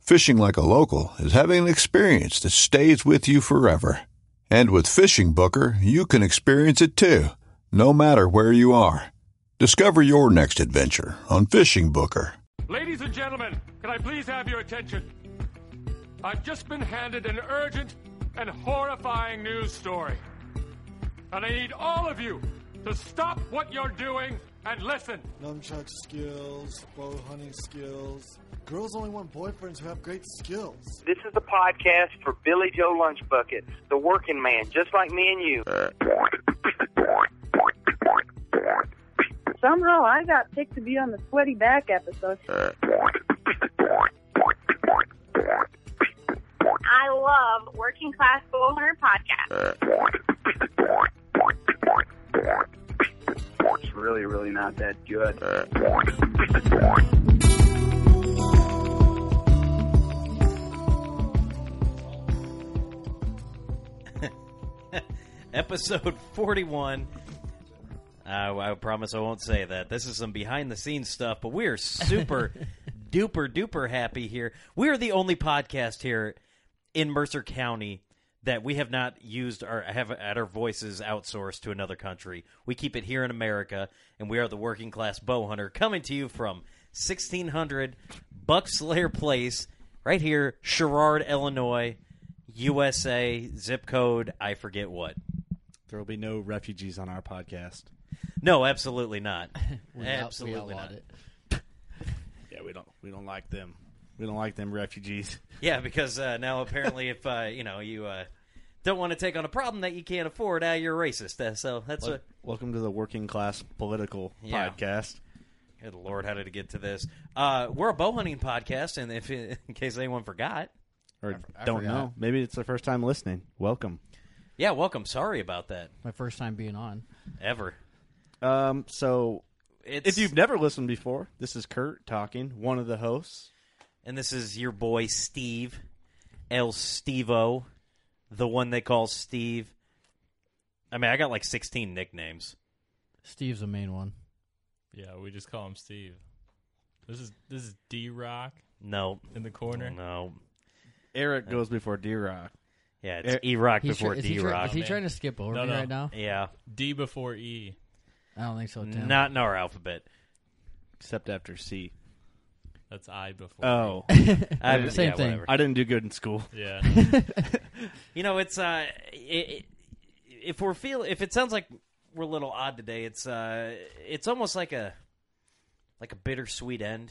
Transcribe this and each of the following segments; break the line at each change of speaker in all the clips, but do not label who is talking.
Fishing like a local is having an experience that stays with you forever. And with Fishing Booker, you can experience it too, no matter where you are. Discover your next adventure on Fishing Booker.
Ladies and gentlemen, can I please have your attention? I've just been handed an urgent and horrifying news story. And I need all of you to stop what you're doing and listen.
nunchuck skills, bow hunting skills. Girls only want boyfriends who have great skills.
This is the podcast for Billy Joe Lunchbucket, the working man, just like me and you.
Uh,
Somehow I got picked to be on the sweaty back episode.
I love Working Class Bull Hunter podcast.
It's really, really not that good.
episode 41. Uh, I promise I won't say that. This is some behind the scenes stuff, but we're super duper duper happy here. We're the only podcast here in Mercer County that we have not used our have had our voices outsourced to another country. We keep it here in America, and we are the working class bow hunter coming to you from 1600 Buckslayer Place, right here, Sherrard, Illinois, USA, zip code I forget what.
There will be no refugees on our podcast.
No, absolutely not.
We out- we
absolutely
outlawed
not.
it.
Yeah, we don't we don't like them. We don't like them refugees.
Yeah, because uh, now apparently, if uh, you know you uh, don't want to take on a problem that you can't afford, ah, you're racist. Uh, so that's what.
Welcome to the working class political
Yeah.
podcast.
Good lord, how did it get to this? Uh, we're a bow hunting podcast, and if in case anyone forgot,
Or
I
don't
forgot.
know. Maybe it's their first time listening. Welcome.
yeah, welcome. Sorry about that.
My first time being on.
Ever.
Um, so
It's,
if you've never listened before, this is Kurt talking, one of the hosts.
and this is your boy Steve, El Stevo, the one they call Steve. I mean, I got like 16 nicknames.
Steve's the main one.
Yeah, we just call him Steve. This is this is D Rock
No,
in the corner.
Oh,
no.
Eric goes before D Rock.
Yeah, it's
Eh,
E Rock
He's
before
tr- is he
D
try-
Rock.
Is he
man.
trying to skip over
No,
me
no.
right now?
Yeah,
D before E.
I don't think so, Tim.
not in our alphabet.
Except after C.
That's I before. E.
Oh.
I,
Yeah, same thing.
I didn't do good in school.
yeah.
You know, it's uh, i i if we're feel if it sounds like we're a little odd today, it's uh, it's almost like a like a bittersweet end.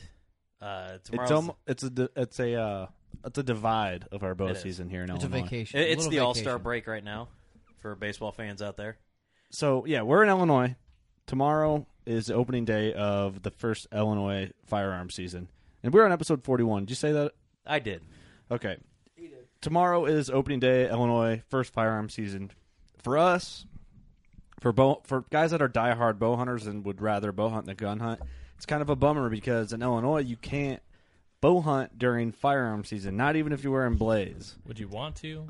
Uh, tomorrow's
It's almo- it's a di- it's a uh, it's a divide of our bow
It is.
season here in
It's a
Illinois.
vacation.
i- it's
a little
the All Star
vacation.
break right now for baseball fans out there.
So yeah, we're in Illinois. Tomorrow is the opening day of the first Illinois firearm season, and we're on episode forty-one. Did you say that?
I did.
Okay. Tomorrow is opening day, Illinois first firearm season. For us, for bow, for guys that are diehard bow hunters and would rather bow hunt than gun hunt, it's kind of a bummer because in Illinois you can't bow hunt during firearm season. Not even if you're wearing blaze.
Would you want to?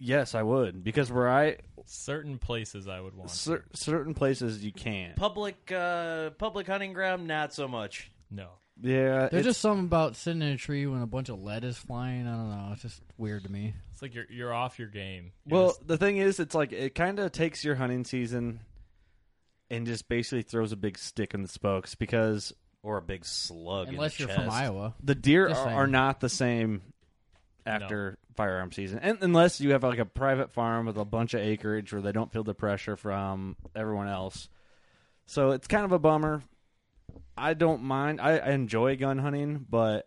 Yes, I would because where I
certain places I would want.
cer- certain places you can't.
Public uh, public hunting ground, not so much.
No.
Yeah,
There's just something about sitting in a tree when a bunch of lead is flying. I don't know. It's just weird to me.
It's like you're you're off your game.
Well, the thing is, it's like it kind of takes your hunting season and just basically throws a big stick in the spokes because,
or a big slug.
in Unless the you're from chest. Iowa.
the deer
Just
are,
saying.
are not the same after firearm season, and unless you have like a private farm with a bunch of acreage where they don't feel the pressure from everyone else. So it's kind of a bummer. I don't mind. I, I enjoy gun hunting, but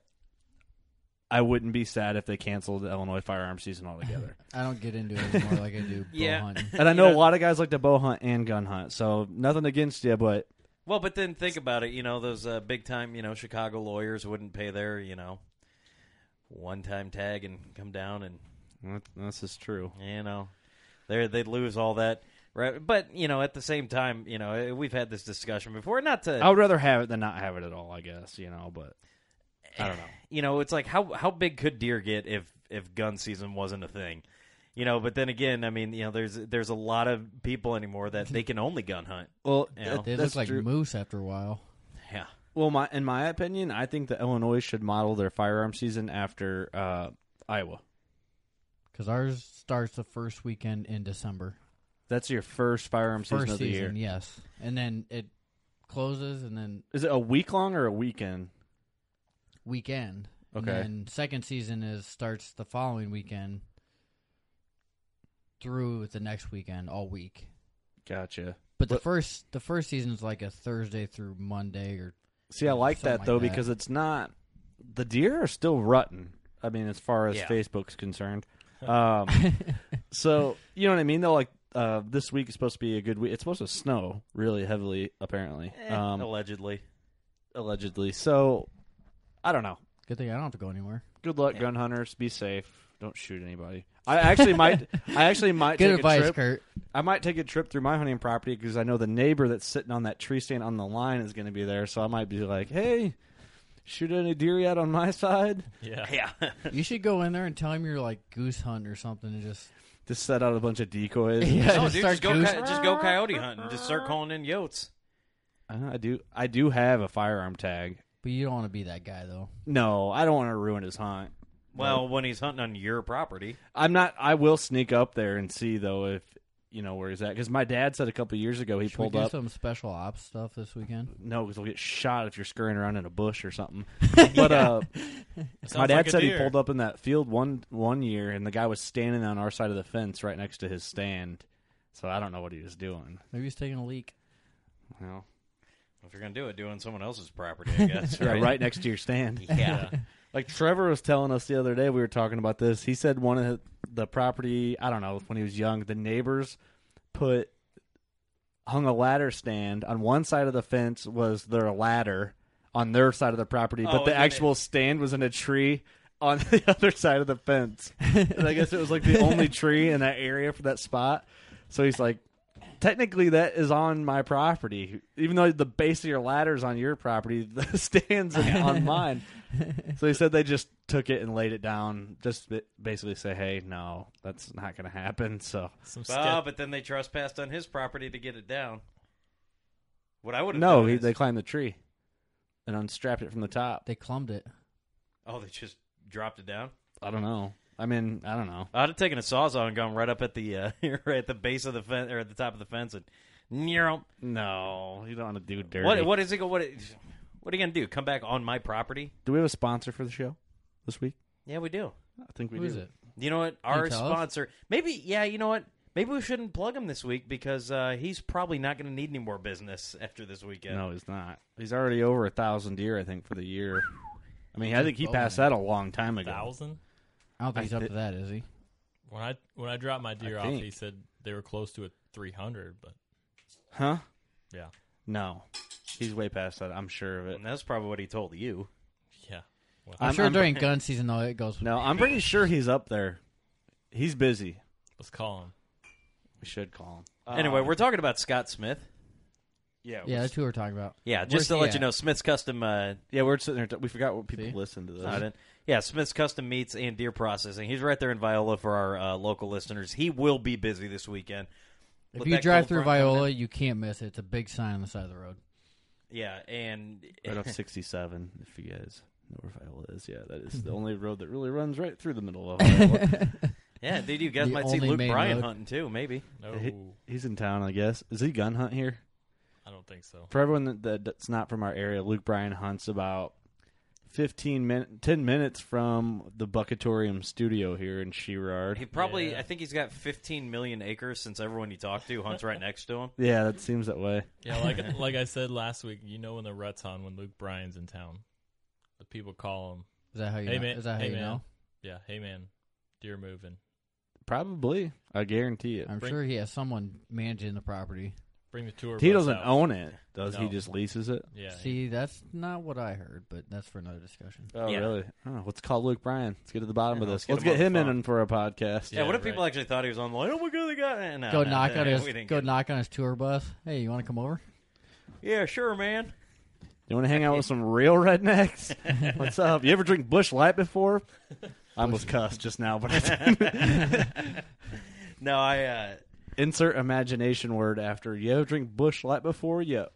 I wouldn't be sad if they canceled the Illinois firearm season altogether.
I don't get into it anymore like I do bow
Yeah.
hunting.
And I know, a lot of guys like to bow hunt and gun hunt, so nothing against you, but
Well, but then think about it. You know, those uh, big time, you know, Chicago lawyers wouldn't pay their, you know, one time tag and come down and
this is true.
You know, they they'd lose all that. Right, but you know, at the same time, you know, eh, we've had this discussion before. Not to,
Oh,
I would rather have it than not have it at all. I guess you know, but I don't know.
you know, it's like how how big could deer get if if gun season wasn't a thing, you know? But then again, I mean, you know, there's there's a lot of people anymore that they can only gun hunt.
Well,
you know?
They look like moose after a while.
yeah,
Well, my in my opinion, I think that Illinois should model their firearm season after uh, Iowa.
Because ours starts the first weekend in December.
That's your first firearm season
first
of the year.
season, yes. And then it closes and then
Is it a week long or a weekend?
weekend.
Okay.
And then second season is starts the following weekend through the next weekend all week.
Gotcha.
But the first the first season is like a Thursday through Monday or
See, I like
something
that though because it's not the deer are still rutting. I mean, as far as
Yeah.
Facebook's concerned, um, so you know what I mean. Though, like uh, this week is supposed to be a good week. It's supposed to snow really heavily, apparently,
Eh,
um,
allegedly.
allegedly. So I don't know.
good thing I don't have to go anywhere.
Good luck, gun hunters. Be safe. Don't shoot anybody. I actually might. I actually might
Good
take
advice,
a trip.
Kurt.
I might take a trip through my hunting property because I know the neighbor that's sitting on that tree stand on the line is going to be there. So I might be like, "Hey, shoot any deer yet on my side?"
Yeah,
yeah.
you should go in there and tell him you're like goose hunt or something and just
Just set out a bunch of decoys.
Yeah,
No,
just
dude,
start
just go,
goose-
coy- just go coyote hunting. Just start calling in yotes.
Uh, I do. I do have a firearm tag.
But you don't want to be that guy though.
No, I don't want to ruin his hunt.
Well, when he's hunting on your property,
I'm not. I will sneak up there and see though if you know where he's at. Because my dad said a couple years ago he
Should
pulled
we do
up.
some special ops stuff this weekend?
No, because we'll get shot if you're scurrying around in a bush or something. But uh, my
Sounds
dad
like a
said he
deer.
pulled up in that field one one year, and the guy was standing on our side of the fence right next to his stand. So I don't know what he was doing.
Maybe he's taking a leak.
Well,
if you're gonna do it, do it on someone else's property, I guess.
Yeah,
right?
right next to your stand.
Yeah.
like Trevor was telling us the other day, we were talking about this. He said one of the property, I don't know, when he was young, the neighbors put hung a ladder stand on one side of the fence was their ladder on their side of the property,
Oh,
but
and
the
then
actual stand was in a tree on the other side of the fence. and I guess it was like the only tree in that area for that spot. So he's like technically that is on my property even though the base of your ladder is on your property the stands on- on mine so he said they just took it and laid it down just ba- basically say hey no that's not going to happen so
Oh, but then they trespassed on his property to get it down. What I would have
no
done
he,
is-
they climbed the tree and unstrapped it from the top
they clumbed it
oh, they just dropped it down.
i don't know i mean i don't know
I'd have taken a sawzall and gone right up at the uh, right at the base of the fence or at the top of the fence and Near
no you don't want to do dirty
what what is it? go- What what are you gonna do? Come back on my property?
do we have a sponsor for the show this week
Yeah, we do.
I think we
do.
Who is do. it?
You know what?
Can you
Our
tell us?
sponsor. Maybe. Yeah. You know what? Maybe we shouldn't plug him this week because uh, he's probably not going to need any more business after this weekend.
no he's not he's already over a thousand deer i think for the year i mean i think
Oh,
he passed that a long time ago
thousand.
I don't think
I
he's up
thi-
to that, is he?
When I when I dropped my deer
I
off,
think.
he said they were close to a three hundred, but
Huh?
Yeah.
No. He's way past that. I'm sure of it.
And that's probably what he told you.
Yeah. Well,
I'm, sure during gun season though it goes.
No, I'm pretty sure he's up there. He's busy.
let's call him.
We should call him.
Uh, anyway, we're talking about Scott Smith.
Yeah,
Yeah, that's who we're talking about.
Yeah,
Where's
just to
he
let
at?
you know, Smith's Custom. Uh,
yeah, we're sitting there. we forgot what people
See?
listen to this.
I didn't- yeah, Smith's Custom Meats and Deer Processing. He's right there in Viola for our uh, local listeners. He will be busy this weekend.
If
With
you
that
drive
cold
through
front coming
Viola, you can't miss it. It's a big sign on the side of the road.
in- yeah, and
Right off 67, if you guys know where Viola is. Yeah, that is the only road that really runs right through the middle of Viola.
yeah, dude, you guys
The
might see
only
Luke
main
Bryan
road.
hunting too, maybe.
He- he's in town, I guess. Is he gun hunt here?
I don't think so.
For everyone that, that- that's not from our area, Luke Bryan hunts about 15 min- 10 minutes from the Buckatorium studio here in Sherard.
He probably, I think he's got 15 million acres since everyone you talk to hunts right next to him.
Yeah, that seems that way.
Yeah, like like I said last week, you know when the rut's on when Luke Bryan's in town, the people call him.
Is that how you
Hey
know-
man,
is that how
hey
you
man.
know?
Yeah, hey man, deer moving.
Probably. I guarantee it.
I'm
Bring-
sure he has someone managing the property.
Bring the tour.
He
bus
doesn't
out.
own it, does he?
No.
Just leases it?
Yeah. he-
See, that's not what I heard, but that's for another discussion.
Oh,
Yeah.
really? Oh, let's call Luke Bryan. Let's get to the bottom of
Yeah,
this.
let's
Let's
get
get
him
him
on the
in for a podcast.
Yeah, what if people actually thought he was online? Oh my god, they got no,
go
no,
knock on
we
his
didn't
go
get-
knock on his tour bus. Hey, you want to come over?
Yeah, sure, man.
You want to hang out with some real rednecks? What's up? You ever drink Bush Light before? I almost cussed just now, but I didn't.
No, I. Uh,
insert imagination word after. You ever drink Bush Light before? Yep.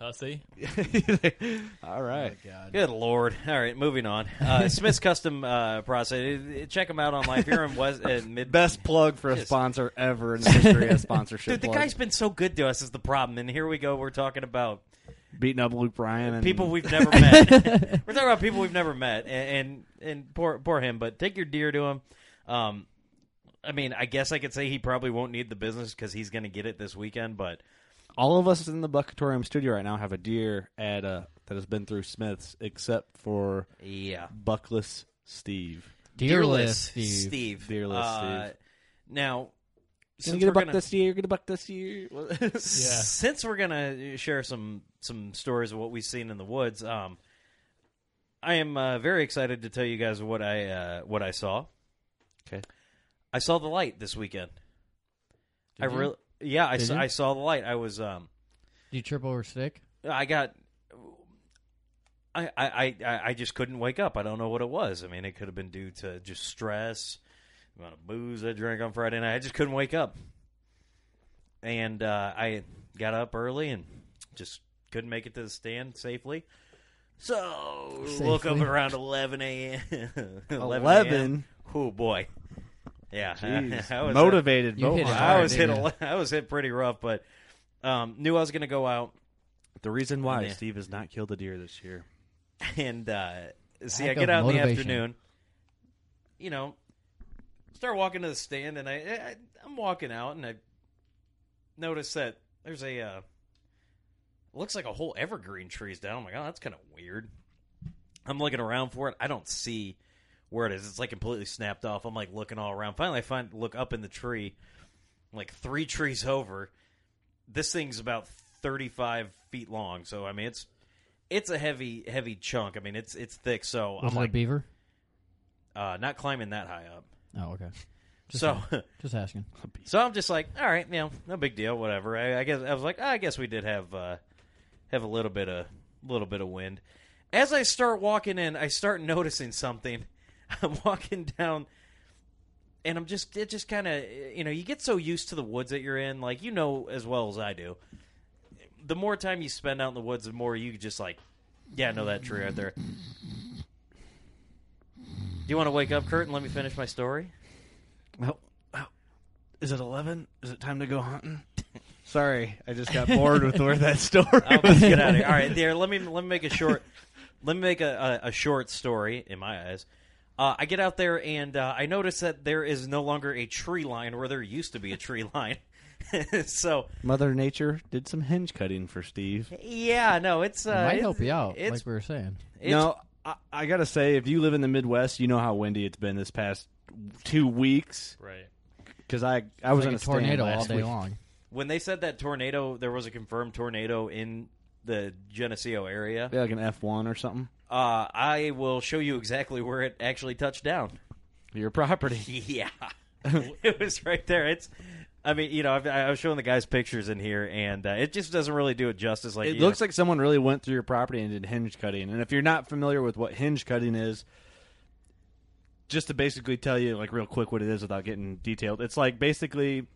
Hussy.
All right.
Good lord! All right, moving on. Uh, Smith's Custom uh, Process. Check them out online. If you're in West uh, Mid,
Best plug for a
Just-
sponsor ever in the history of sponsorship.
dude, the
plug.
guy's been so good to us is the problem. And here we go. We're talking about
beating up Luke Bryan
Hmm.
and
people we've never met. We're talking about people we've never met, and and, and poor poor him. But take your deer to him. Um, I mean, I guess I could say he probably won't need the business because he's going to get it this weekend. But
all of us in the Buckatorium studio right now have a deer at uh, that has been through Smith's, except for
yeah,
Buckless Steve.
Dearless
Steve.
Steve.
Steve.
Dearless
Uh,
Steve.
Now,
You're
since
gonna get a
we're
buck
gonna-
this year. You're gonna buck this year.
Since we're gonna share some some stories of what we've seen in the woods, um, I am uh, very excited to tell you guys what I uh, what I saw.
Okay.
I saw the light this weekend. I
Did you?
really, yeah, I
Did
saw,
you?
I saw the light. I was um,
Do you trip over a stick?
I got. I, I, I- I, I just couldn't wake up. I don't know what it was. I mean, it could have been due to just stress, the amount of booze I drank on Friday night. I just couldn't wake up. And uh, I got up early and just couldn't make it to the stand safely. So, woke up
Safely.
around 11 a.m.
11?
Oh, boy. Yeah.
Jeez.
I was, uh,
Motivated.
You hit
Bohan.
it hard,
I was hit.
didn't
A,
you?
li- I was hit pretty rough, but um, knew I was going to go out
The reason why
Yeah.
Steve has not killed a deer this year.
and uh, see,
Lack
I
of
get out in the
motivation.
afternoon. You know, start walking to the stand, and I, I I'm walking out, and I notice that there's a uh, looks like a whole evergreen tree's down. I'm like, oh, that's kind of weird. I'm looking around for it. I don't see where it is. It's like completely snapped off. I'm like looking all around. Finally, I find look up in the tree, like three trees over. This thing's about 35 feet long, so I mean it's it's a heavy heavy chunk. I mean it's it's thick. So
Was
I'm
it a
like
beaver?
uh, not climbing that high up.
Oh, okay. Just
so
Just asking.
so I'm just like, all right, you know, no big deal, whatever. I, I guess I was like, "Ah, I guess we did have uh, have a little bit of little bit of wind. As I start walking in, I start noticing something. I'm walking down, and I'm just it just kind of you know you get so used to the woods that you're in, like you know as well as I do. The more time you spend out in the woods, the more you just like, yeah, no, that tree right there. Do you want to wake up, Kurt, and let me finish my story?
Oh, oh. Is it 11? Is it time to go hunting? Sorry, I just got bored with where that story
I'll
was
let's get
going.
out of here. All right, there. Let me let me make a short. let me make a, a, a short story in my eyes. Uh, I get out there and uh, I notice that there is no longer a tree line where there used to be a tree line. so
Mother Nature did some hinge cutting for Steve.
yeah, no, it's uh,
It might
it's-
help you out,
It's
like we were saying.
it's-
no, I, I got to say, if you live in the Midwest, you know how windy it's been this past two weeks.
Right.
Because I, I was
like
in
a
a stand
tornado all
last
day
week.
long.
when they said that tornado, there was a confirmed tornado in the Geneseo area.
Yeah, like an F1 or something.
Uh, I will show you exactly where it actually touched down.
Your property.
Yeah. it was right there. It's I mean, you know, I've, I was showing the guys pictures in here, and uh, it just doesn't really do it justice. Like
it
you
looks
know,
like someone really went through your property and did hinge cutting. And if you're not familiar with what hinge cutting is, just to basically tell you like real quick what it is without getting detailed, it's like basically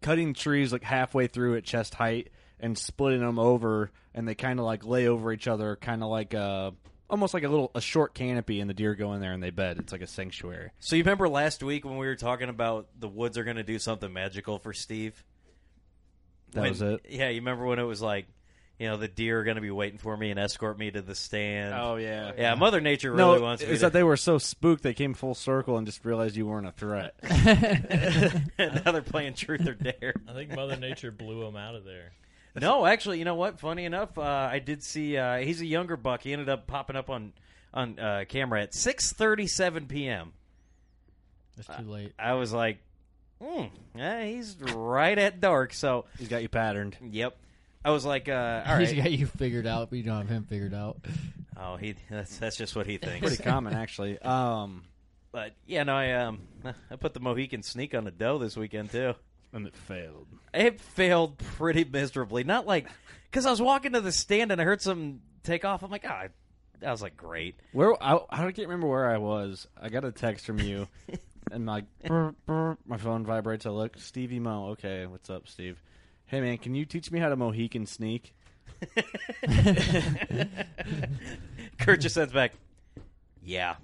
cutting trees like halfway through at chest height and splitting them over, and they kind of like lay over each other, kind of like a almost like a little a short canopy, and the deer go in there and they bed. It's like a sanctuary.
So you remember last week when we were talking about the woods are going to do something magical for Steve?
That
When-
was it.
Yeah, you remember when it was like, you know, the deer are going to be waiting for me and escort me to the stand.
Oh, yeah.
yeah. Mother Nature really
no,
wants me.
Is
to-
that they were so spooked they came full circle and just realized you weren't a threat.
now they're playing Truth or Dare.
I think Mother Nature blew him out of there.
No, actually, you know what? Funny enough, uh, I did see. Uh, he's a younger buck. He ended up popping up on on uh, camera at six thirty seven p.m.
That's too late.
I was like, hmm, yeah, he's right at dark. So
he's got you patterned.
Yep. I was like, uh, all
He's
right.
got you figured out, but you don't have him figured out.
Oh, he that's that's just what he thinks.
Pretty common,
actually. Um,
but yeah, no, I um, I put the Mohican sneak on a doe this weekend too,
and it failed.
It failed pretty miserably. Not like because I was walking to the stand and I heard some take off. I'm like, ah, that was like great.
Where I, I don't- can't remember where I was. I got a text from you, and my brr, brr, my phone vibrates. I look, Stevie Mo. Okay, what's up, Steve? Hey man, can you teach me how to Mohican sneak?
Kurt just sends back, "Yeah."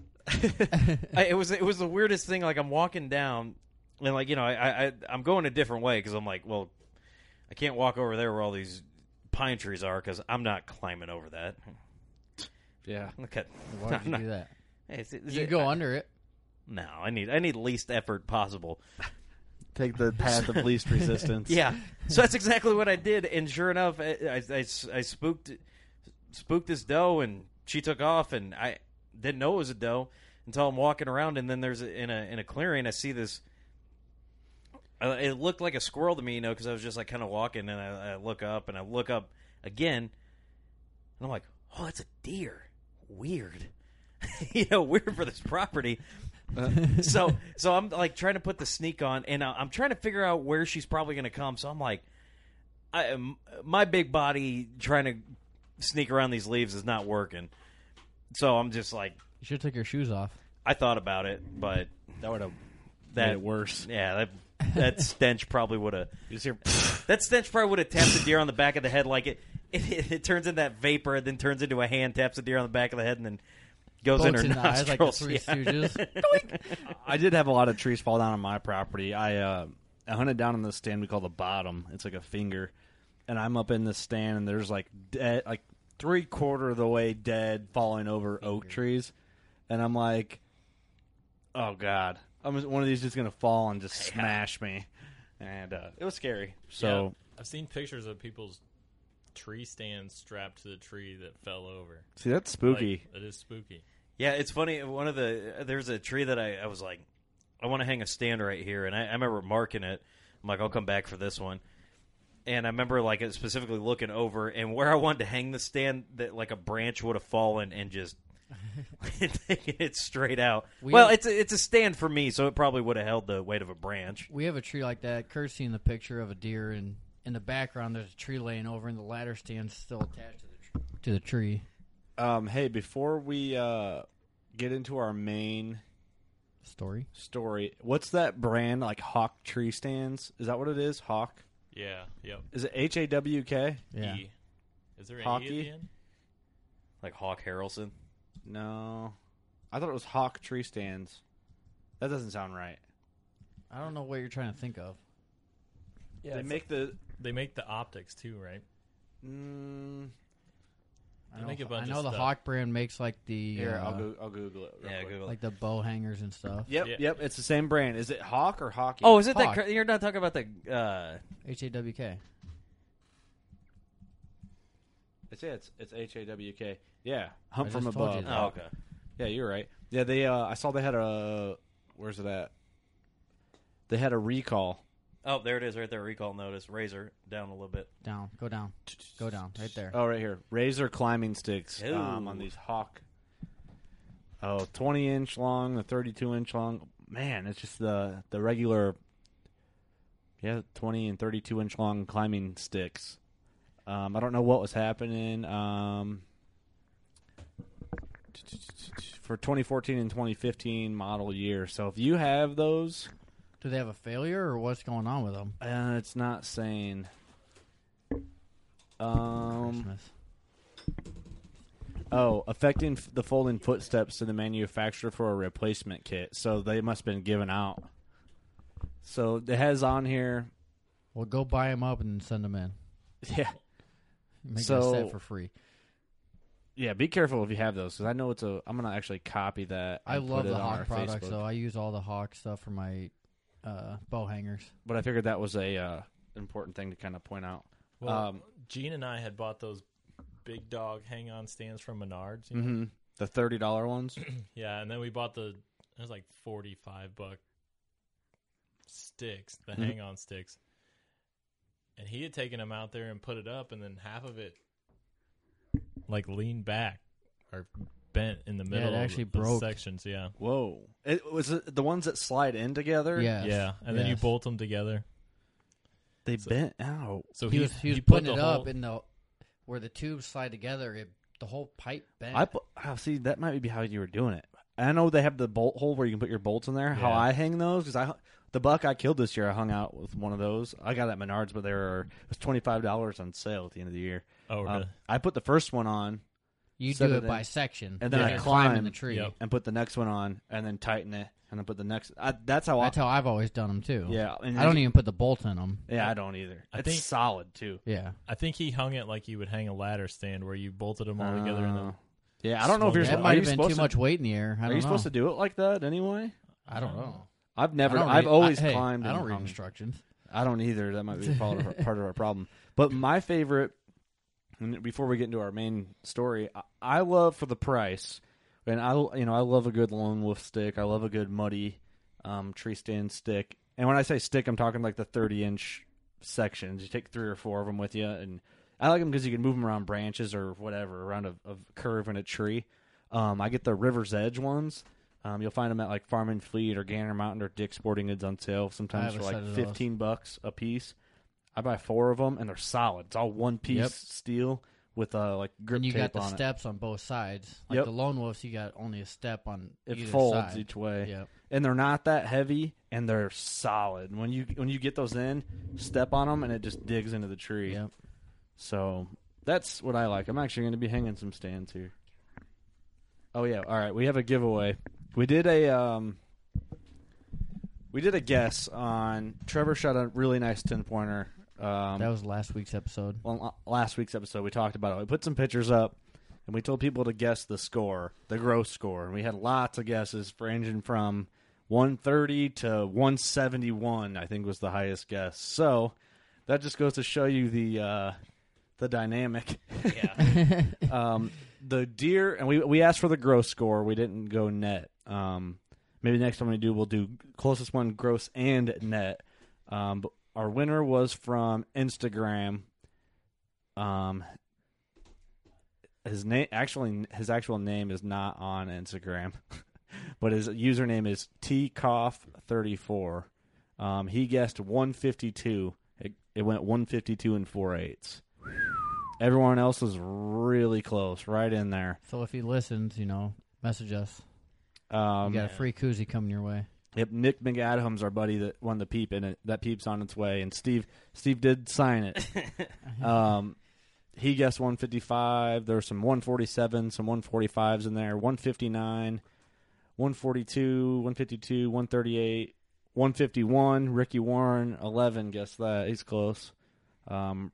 I, it was it was the weirdest thing. Like I'm walking down, and like you know, I, I I'm going a different way because I'm like, well, I can't walk over there where all these pine trees are because I'm not climbing over that.
Yeah,
look at
Why would you do that?
Hey, is it- is
you
it-
go
I-
under it.
No, I need I need least effort possible.
Take the path of least resistance.
yeah, so that's exactly what I did, and sure enough, I, I, I- I spooked spooked this doe, and she took off, and I didn't know it was a doe until I'm walking around, and then there's a, in a in a clearing, I see this. Uh, it looked like a squirrel to me, you know, because I was just like kind of walking, and I, I look up, and I look up again, and I'm like, oh, that's a deer. Weird, you know, weird for this property. so so I'm like trying to put the sneak on, and I- I'm trying to figure out where she's probably going to come. So I'm like, I am my big body trying to sneak around these leaves is not working. So I'm just like,
You should take your shoes off.
I thought about it, but
that would have
made it
worse.
Yeah, that that stench probably would have. that stench probably would have tapped the deer on the back of the head like it. It, it, turns into that vapor, then turns into a hand, taps the deer on the back of the head, and then goes
Bolts
in her
in the eyes like the
nostrils.
Three
Yeah.
Stooges.
I did have a lot of trees fall down on my property. I uh, I hunted down on this stand we call the bottom. It's like a finger, and I'm up in this stand, and there's like dead, like three quarter of the way dead, falling over oak trees, and I'm like, oh god, I'm just- one of these is gonna fall and just smash me, and uh, it was scary. So
Yeah, I've seen pictures of people's tree stands strapped to the tree that fell over.
See, that's spooky.
Like, it is spooky.
Yeah, it's funny. One of the there's a tree that I, I was like, I want to hang a stand right here, and I, I remember marking it. I'm like, I'll come back for this one. And I remember like specifically looking over and where I wanted to hang the stand, that like a branch would have fallen and just taken it straight out.
We
well,
have-
it's a, it's a stand for me, so it probably would have held the weight of a branch.
We have a tree like that. Kurt's seen the picture of a deer, and in the background, there's a tree laying over, and the ladder stands still attached to the tree. to the tree.
Um, hey, before we uh, get into our main
story,
story, what's that brand like? Hawk Tree Stands? Is that what it is? Hawk?
Yeah. Yep.
Is it H A W K?
E. Is there an E at
Hockey?
the end?
Like Hawk Harrelson.
No, I thought it was Hawk Tree Stands. That doesn't sound right.
I don't know what you're trying to think of.
they
it's-
make the
They make the optics too, right?
Mm,
they
I know,
make a
I
bunch
know
of
the
stuff.
Hawk brand makes like the
here. I'll
uh,
go, I'll Google it. Real quick.
like the bow hangers and stuff.
Yep, yep. It's the same brand. Is it Hawk or Hockey?
Oh, is it
Hawk.
that cr- you're not talking about the uh,
H A W K.
It's yeah, it's it's H A W K. Yeah, hump
I
from
just told you
above.
that. Oh,
okay.
Yeah, you're right. Yeah, they. Uh, I saw they had a. Where's it at? They had a recall.
oh there it is right there recall notice razor down a little bit.
Down, go down, go down, right there.
Oh, right here, Razor climbing sticks um,
Ew.
on these Hawk. Oh, 20 inch long, the 32 inch long. Man, it's just the the regular Yeah, twenty and thirty-two inch long climbing sticks. Um, I don't know what was happening. Um, for 2014 and 2015 model year. So if you have those,
do they have a failure or what's going on with them?
Uh, it's not saying. Um, Oh, affecting f- the folding footsteps to the manufacturer for a replacement kit. So they must have been given out. So it has on here.
Well, go buy them up and send them in.
Yeah.
Make
So-
a set for free.
Yeah, be careful if you have those because I know it's a. I'm gonna actually copy that.
I
and
love
put it
the
on our
Hawk products,
Facebook.
though. I use all the Hawk stuff for my uh, bow hangers.
But I figured that was a uh, important thing to kind of point out.
Well,
um,
Gene and I had bought those big dog hang on stands from Menards. You know?
mhm. the thirty dollar ones.
Yeah, and then we bought the it was like forty five buck sticks, the
Mhm.
hang on sticks. And he had taken them out there and put it up, and then half of it like leaned back or bent in the
Yeah, it
middle. of
actually
the
broke.
sections. Yeah,
Whoa! It was it the ones that slide in together.
Yes.
yeah, and then you
Yes.
bolt them together.
They bent out.
So
he,
he
was, he was
he put
putting it
the
up
whole-
in the where the tubes slide together. It, the whole pipe bent.
I pu- oh, see that might be how you were doing it. I know they have the bolt hole where you can put your bolts in there. How
Yeah.
I hang those because I hu- the buck I killed this year I hung out with one of those. I got it at Menards, but they were it was twenty five dollars on sale at the end of the year.
Oh,
Um,
really?
I put the first one on.
You
set
do it
in,
by section,
and then
like
I
you're
climb
climbing the tree. Yep.
and put the next one on, and then tighten it, and then put the next. I, that's how I.
That's how I've always done them too.
Yeah, and
I don't
you-
even put the bolt in them.
yeah, I don't either.
I
it's
think-
solid too.
Yeah.
I think he hung it like you would hang a ladder stand, where you bolted them all together. And
Uh,
then
Oh. Yeah, I don't know if
swung
you're.
it.
That
are
might
you
have been
supposed
too
to-
much weight in the air. I
Are
don't
you supposed
know.
to do it like that anyway?
I don't know.
I've never.
I don't
I've
read-
always
I- hey,
climbed.
I
and
don't read
hung.
instructions.
I don't either. That might be part of, our, part of our problem. But my favorite, and before we get into our main story, I, I love for the price, and I you know I love a good lone wolf stick. I love a good muddy um, tree stand stick. And when I say stick, I'm talking like the 30 inch sections. You take three or four of them with you, and I like them because you can move them around branches or whatever around a, a curve in a tree. Um, I get the River's Edge ones. Um, you'll find them at like Farm and Fleet or Gander Mountain or Dick's Sporting Goods on sale sometimes
have
for
a set
like
of those.
15 bucks a piece. I buy four of them and they're solid. It's all one piece
Yep.
steel with uh, like grip
And you
tape
got the
on
steps on both sides. Like
Yep.
the lone wolves, you got only a step on
it. It
either
folds
side.
each way.
Yep.
And they're not that heavy and they're solid. When you when you get those in, step on them and it just digs into the tree.
Yep.
So that's what I like. I'm actually going to be hanging some stands here. Oh yeah, all right. We have a giveaway. We did a um, we did a guess on Trevor shot a really nice ten pointer. Um,
That was last week's episode.
well, l- last week's episode we talked about it. We put some pictures up and we told people to guess the score, the gross score, and we had lots of guesses ranging from 130 to 171. I think was the highest guess. So that just goes to show you the uh, the dynamic. Yeah. um, the deer, and we we asked for the gross score. We didn't go net. Um, maybe next time we do, we'll do closest one gross and net. Um, but our winner was from Instagram. Um, his name actually his actual name is not on Instagram, but his username is tcoff34. Um, he guessed 152. It, it went 152 and four eighths. Everyone else was really close, right in there.
So if he listens, you know, message us.
Um,
You got a free koozie coming your way.
Yep, Nick McAdams, our buddy that won the peep, and it, that peep's on its way. And Steve, Steve did sign it. um, he guessed 155. There were some 147, some 145s in there. 159, 142, 152, 138, 151. Ricky Warren, 11. Guess that he's close. Um,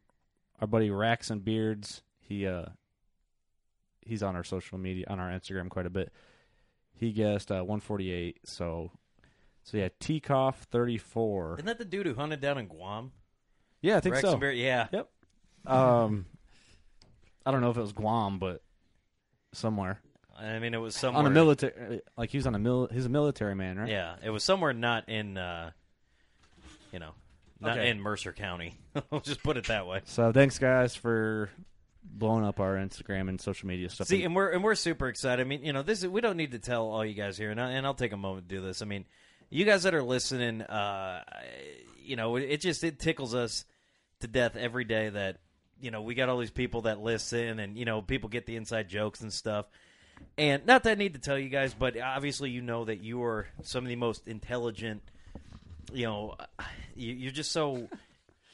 our buddy Racks and Beards, he uh, he's on our social media, on our Instagram quite a bit. He guessed uh, 148. So, so yeah, Teacoff 34.
Isn't that the dude who hunted down in Guam?
Yeah, I think
Rex
so.
and Bear- yeah.
Yep. Um, I don't know if it was Guam, but somewhere
I mean, it was somewhere
on a military. Like he was on a mil. He's a military man, right?
Yeah, it was somewhere not in, uh, you know, not
Okay.
in Mercer County. I'll just put it that way.
So thanks guys for blowing up our Instagram and social media stuff.
See, um, and we're and we're super excited. I mean, you know, this is, we don't need to tell all you guys here, and, I, and I'll take a moment to do this. I mean, you guys that are listening, uh, you know, it, it just it tickles us to death every day that you know we got all these people that listen, and you know people get the inside jokes and stuff. And not that I need to tell you guys, but obviously you know that you are some of the most intelligent. You know, you, you're just so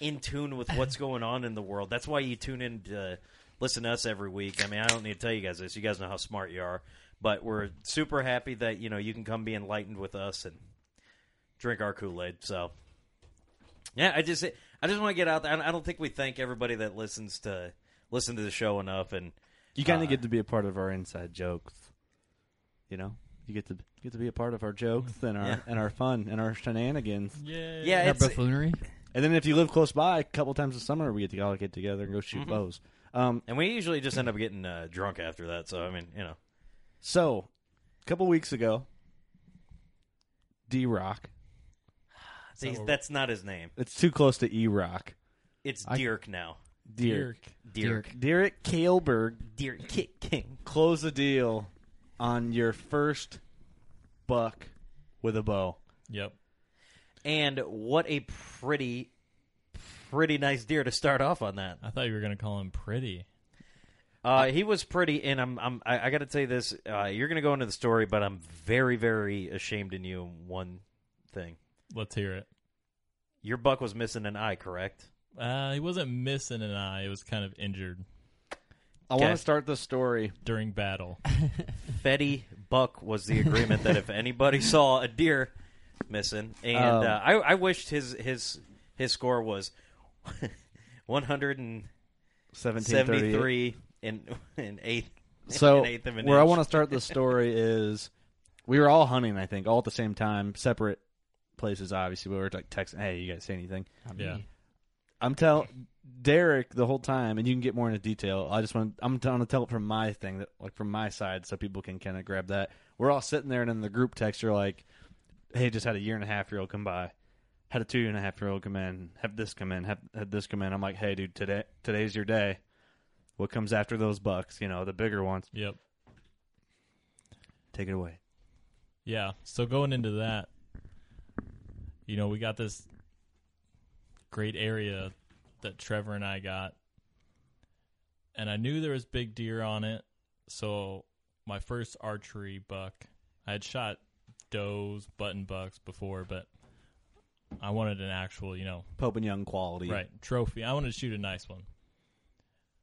in tune with what's going on in the world. That's why you tune in to listen to us every week. I mean, I don't need to tell you guys this. You guys know how smart you are. But we're super happy that you know you can come be enlightened with us and drink our Kool Aid. So, yeah, I just I just want to get out there. I don't- I don't think we thank everybody that listens to listen to the show enough. And
You kind
uh,
of get to be a part of our inside jokes. You know, you get to get to be a part of our jokes and our
Yeah.
and our fun and our shenanigans.
Yeah. Yeah, Our it's- buffoonery.
And then if you live close by, a couple times a summer, we get to all get together and go shoot
Mhm.
bows. Um,
and we usually just end up getting uh, drunk after that. So I mean, you know,
So, a couple weeks ago, D Rock.
see, that's not his name.
It's too close to E Rock.
It's
I-
Dirk now.
Dirk.
Dirk.
Derek Kaleberg.
Derek King.
Close the deal on your first buck with a bow.
Yep.
And what a pretty, pretty nice deer to start off on that.
I thought you were gonna call him pretty.
Uh, he was pretty, and I'm, I'm I, I got to tell you this. Uh, you're going to go into the story, but I'm very, very ashamed in you. in One thing,
Let's hear it.
your buck was missing an eye, correct?
Uh, he wasn't missing an eye. He was kind of injured.
I want to start the story
during battle.
Fetty Buck was the agreement that if anybody saw a deer missing, and
Um,
uh, I, I wished his his his score was 173 and and eighth.
So
and eighth of an
where I
inch.
want to start the story is we were all hunting, I think, all at the same time, separate places. Obviously, we were like texting, "Hey, you guys say anything?"
Yeah. me.
I'm tell Derek the whole time, and you can get more into detail. I just want I'm trying to tell it from my thing that like from my side, so people can kind of grab that. We're all sitting there, and in the group text, you're like, "Hey, just had a year and a half year old come by." Had a two and a half year old come in, have this come in, have had this come in. I'm like, hey, dude, today today's your day. What comes after those bucks? You know, the bigger ones.
Yep.
Take it away.
Yeah. So going into that, you know, we got this great area that Trevor and I got, and I knew there was big deer on it. So my first archery buck, I had shot does, button bucks before, but I wanted an actual, you know,
Pope and Young quality.
Right. Trophy. I wanted to shoot a nice one.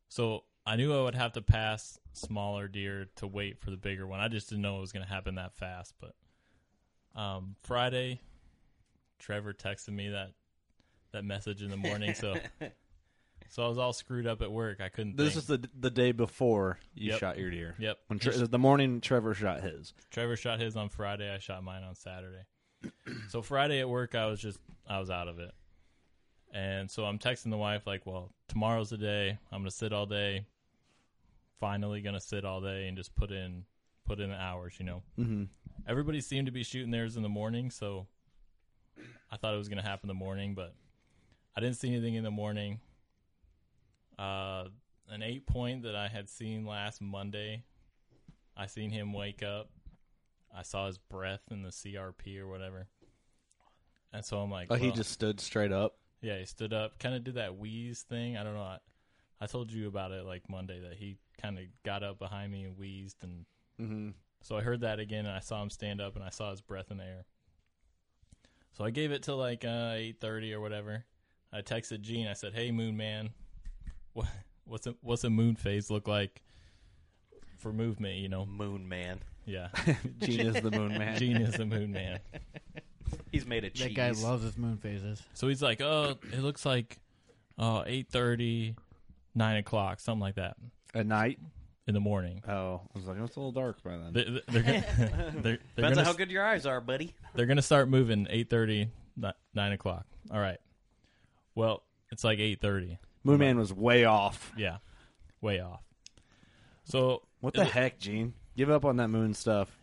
So I knew I would have to pass smaller deer to wait for the bigger one. I just didn't know it was going to happen that fast. But um, Friday, Trevor texted me that that message in the morning. So so I was all screwed up at work. I couldn't.
This
think.
is the the day before you
Yep.
shot your deer.
Yep.
When tre- the morning Trevor shot his.
Trevor shot his on Friday. I shot mine on Saturday. so Friday at work, I was just I was out of it, and so I'm texting the wife like, "Well, tomorrow's the day. I'm gonna sit all day. Finally, gonna sit all day and just put in put in the hours. You know,
Mhm.
everybody seemed to be shooting theirs in the morning, so I thought it was gonna happen in the morning, but I didn't see anything in the morning. Uh, an eight point that I had seen last Monday. I seen him wake up. I saw his breath in the CRP or whatever. And so I'm like,
Oh, he
well-
just stood straight up.
yeah, he stood up, kind of did that wheeze thing. I don't know. I, I told you about it like Monday that he kind of got up behind me and wheezed, and
Mhm.
so I heard that again, and I saw him stand up, and I saw his breath in the air. So I gave it till like uh, eight thirty or whatever. I texted Gene. I said, "Hey, Moon Man, what, what's a what's a moon phase look like for movement? You know,
Moon Man.
Yeah,
Gene is the Moon Man.
Gene is the Moon Man.
He's made a cheese.
That guy loves his moon phases.
So he's like, oh, it looks like uh, 8.30, 9 o'clock, something like that.
At night?
In the morning.
Oh, I was like, it's a little dark by then.
They're, they're, gonna, they're, they're
Depends
gonna
on how good your eyes are, buddy.
they're gonna start moving 8.30, 9 o'clock. All right. Well, it's like 8.30.
Moon Man was way off.
Yeah, way off. So uh,
What the heck, Gene? Give up on that moon stuff.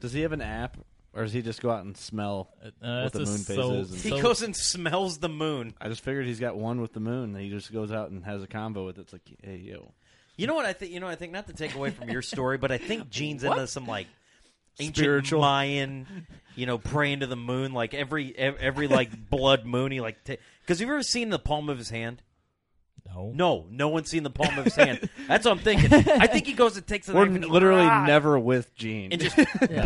Does he have an app, or does he just go out and smell what
that's
the
a
moon phase
so-
is?
He goes and smells the moon.
I just figured he's got one with the moon. And he just goes out and has a combo with it. It's like, hey, yo.
You know what I think? You know I think not to take away from your story, but I think Gene's
What?
into some like ancient
Spiritual.
Mayan, you know, praying to the moon like every ev- every like blood moon. He like because you've ever seen the palm of his hand.
No,
no, no one's seen the palm of his hand. That's what I'm thinking. I think he goes and takes the
We're
knife and he-
literally
Ah!
never with Gene.
and just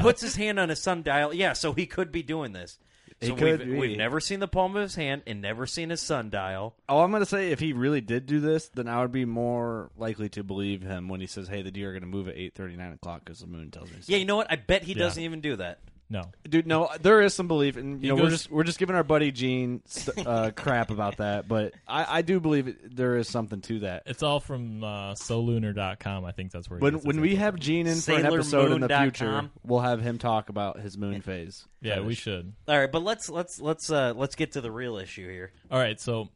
puts his hand on a sundial. Yeah, so he could be doing this.
He
So
could
we've,
be.
we've never seen the palm of his hand and never seen his sundial.
Oh, I'm gonna say if he really did do this, then I would be more likely to believe him when he says, "Hey, the deer are gonna move at 8:30, 9 o'clock because the moon tells me." so."
Yeah, you know what? I bet he
Yeah.
doesn't even do that.
No.
dude, no, there is some belief, and
He
you know we're
goes-
just we're just giving our buddy Gene st- uh, crap about that, but I, I do believe it, there is something to that.
It's all from uh, solunar.com. I think that's where he
When
gets his
when we
info
have
from.
Gene in for an episode in the future, we'll have him talk about his moon phase.
Yeah, we
fetish.
should.
All right, but let's let's let's uh let's get to the real issue here.
All right, so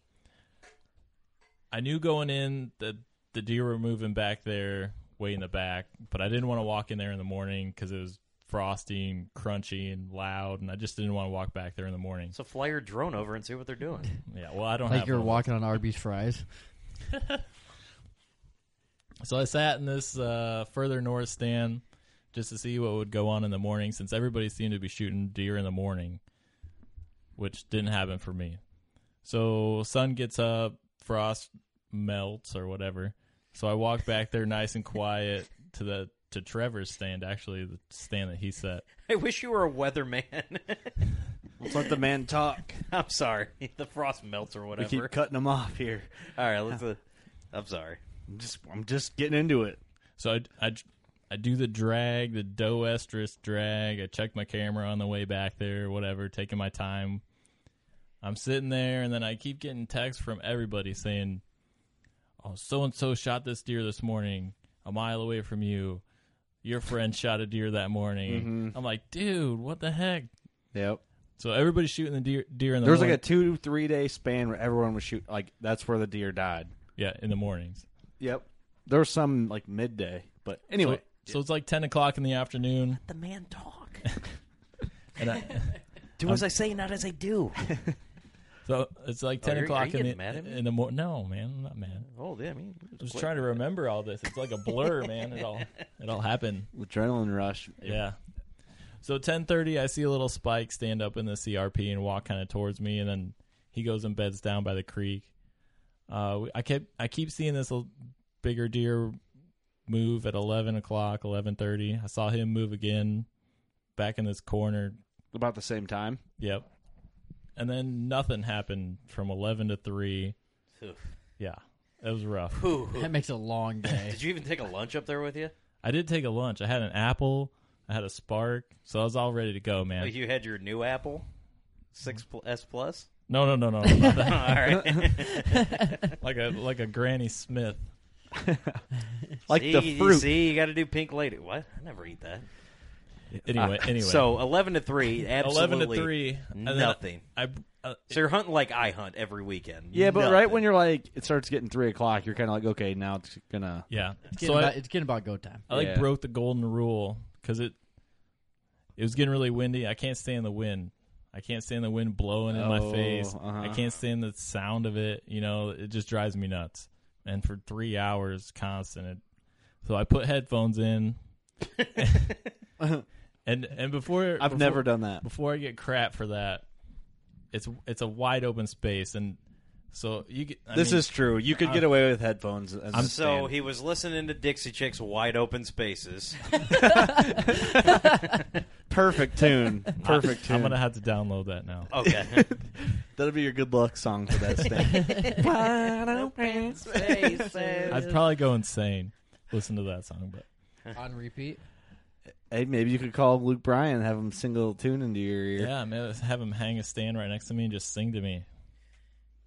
I knew going in that the deer were moving back there, way in the back, but I didn't want to walk in there in the morning because it was frosty and crunchy and loud, and I just didn't want to walk back there in the morning.
So fly your drone over and see what they're doing.
Yeah, well, I don't
like
have
you're
one.
walking on Arby's fries.
So I sat in this uh, further north stand just to see what would go on in the morning, since everybody seemed to be shooting deer in the morning, which didn't happen for me. So sun gets up, frost melts or whatever. So I walk back there, nice and quiet, to the to Trevor's stand, actually the stand that he set.
I wish you were a weatherman.
Let's let the man talk.
I'm sorry. The frost melts or
We
whatever.
keep cutting him off here.
All right, let's. Uh, I'm sorry.
I'm just I'm just getting into it.
So I, I, I do the drag, the doe estrus drag. I check my camera on the way back there, whatever, taking my time. I'm sitting there, and then I keep getting texts from everybody saying, "Oh, so and so shot this deer this morning, a mile away from you. Your friend shot a deer that morning." I'm like, "Dude, what the heck?"
Yep.
So everybody's shooting the deer, deer in the
There was like
morning.
a two three day span where everyone was shoot like that's where the deer died.
yeah in the mornings.
Yep. There was some like midday, but anyway,
so, so it's like ten o'clock in the afternoon.
The man talk.
And I,
Do as I say, not as I do.
So it's like
Oh,
ten
you're- are
o'clock
you
in
getting
the
mad at me?
in the morning. No, man, I'm not mad.
Oh, yeah, I mean,
I was trying to remember all this. It's like a blur, man. It all it all happened.
adrenaline rush.
Yeah. So ten thirty, I see a little Spike stand up in the CRP and walk kind of towards me, and then he goes and beds down by the creek. Uh, we- I kept I keep seeing this l- bigger deer move at eleven o'clock, eleven thirty. I saw him move again, back in this corner.
About the same time.
Yep. And then nothing happened from eleven to three.
Oof.
Yeah, that was rough.
That makes a long day.
Did you even take a lunch up there with you?
I did take a lunch. I had an apple. I had a spark. So I was all ready to go,
Oh,
man.
You had your new Apple six pl- S plus.
No, no, no, no. not that.
All right.
like a like a Granny Smith.
Like
see,
the
you-
fruit.
See, you got to do Pink Lady. What? I never eat that.
Anyway,
Uh,
anyway.
So eleven to three, absolutely
eleven to three, and then
nothing.
I, I- uh,
so you're hunting like I hunt every weekend.
Yeah, but
Nothing.
right when you're like it starts getting three o'clock, you're kind of like okay, now it's gonna
yeah.
It's getting,
So
about,
I,
it's getting about go time.
I like
Yeah.
broke the golden rule because it it was getting really windy. I can't stand the wind. I can't stand the wind blowing in my
Oh,
face.
uh-huh.
I can't stand the sound of it. You know, it just drives me nuts. And for three hours constant, it, so I put headphones in. and and before
I've
before-
never done that.
Before I get crap for that, it's it's a wide open space, and so you. Get, I
this
mean,
is true. You could
I-
get away with headphones. As a
So
stand.
he was listening to Dixie Chicks' "Wide Open Spaces."
perfect tune, perfect tune.
I'm gonna have to download that now.
Okay.
That'll be your good luck song for that stand. Wide open spaces.
I'd probably go insane listen to that song, but
on repeat.
Hey, maybe you could call Luke Bryan and have him sing a little tune into your ear.
yeah, man, have him hang a stand right next to me and just sing to me.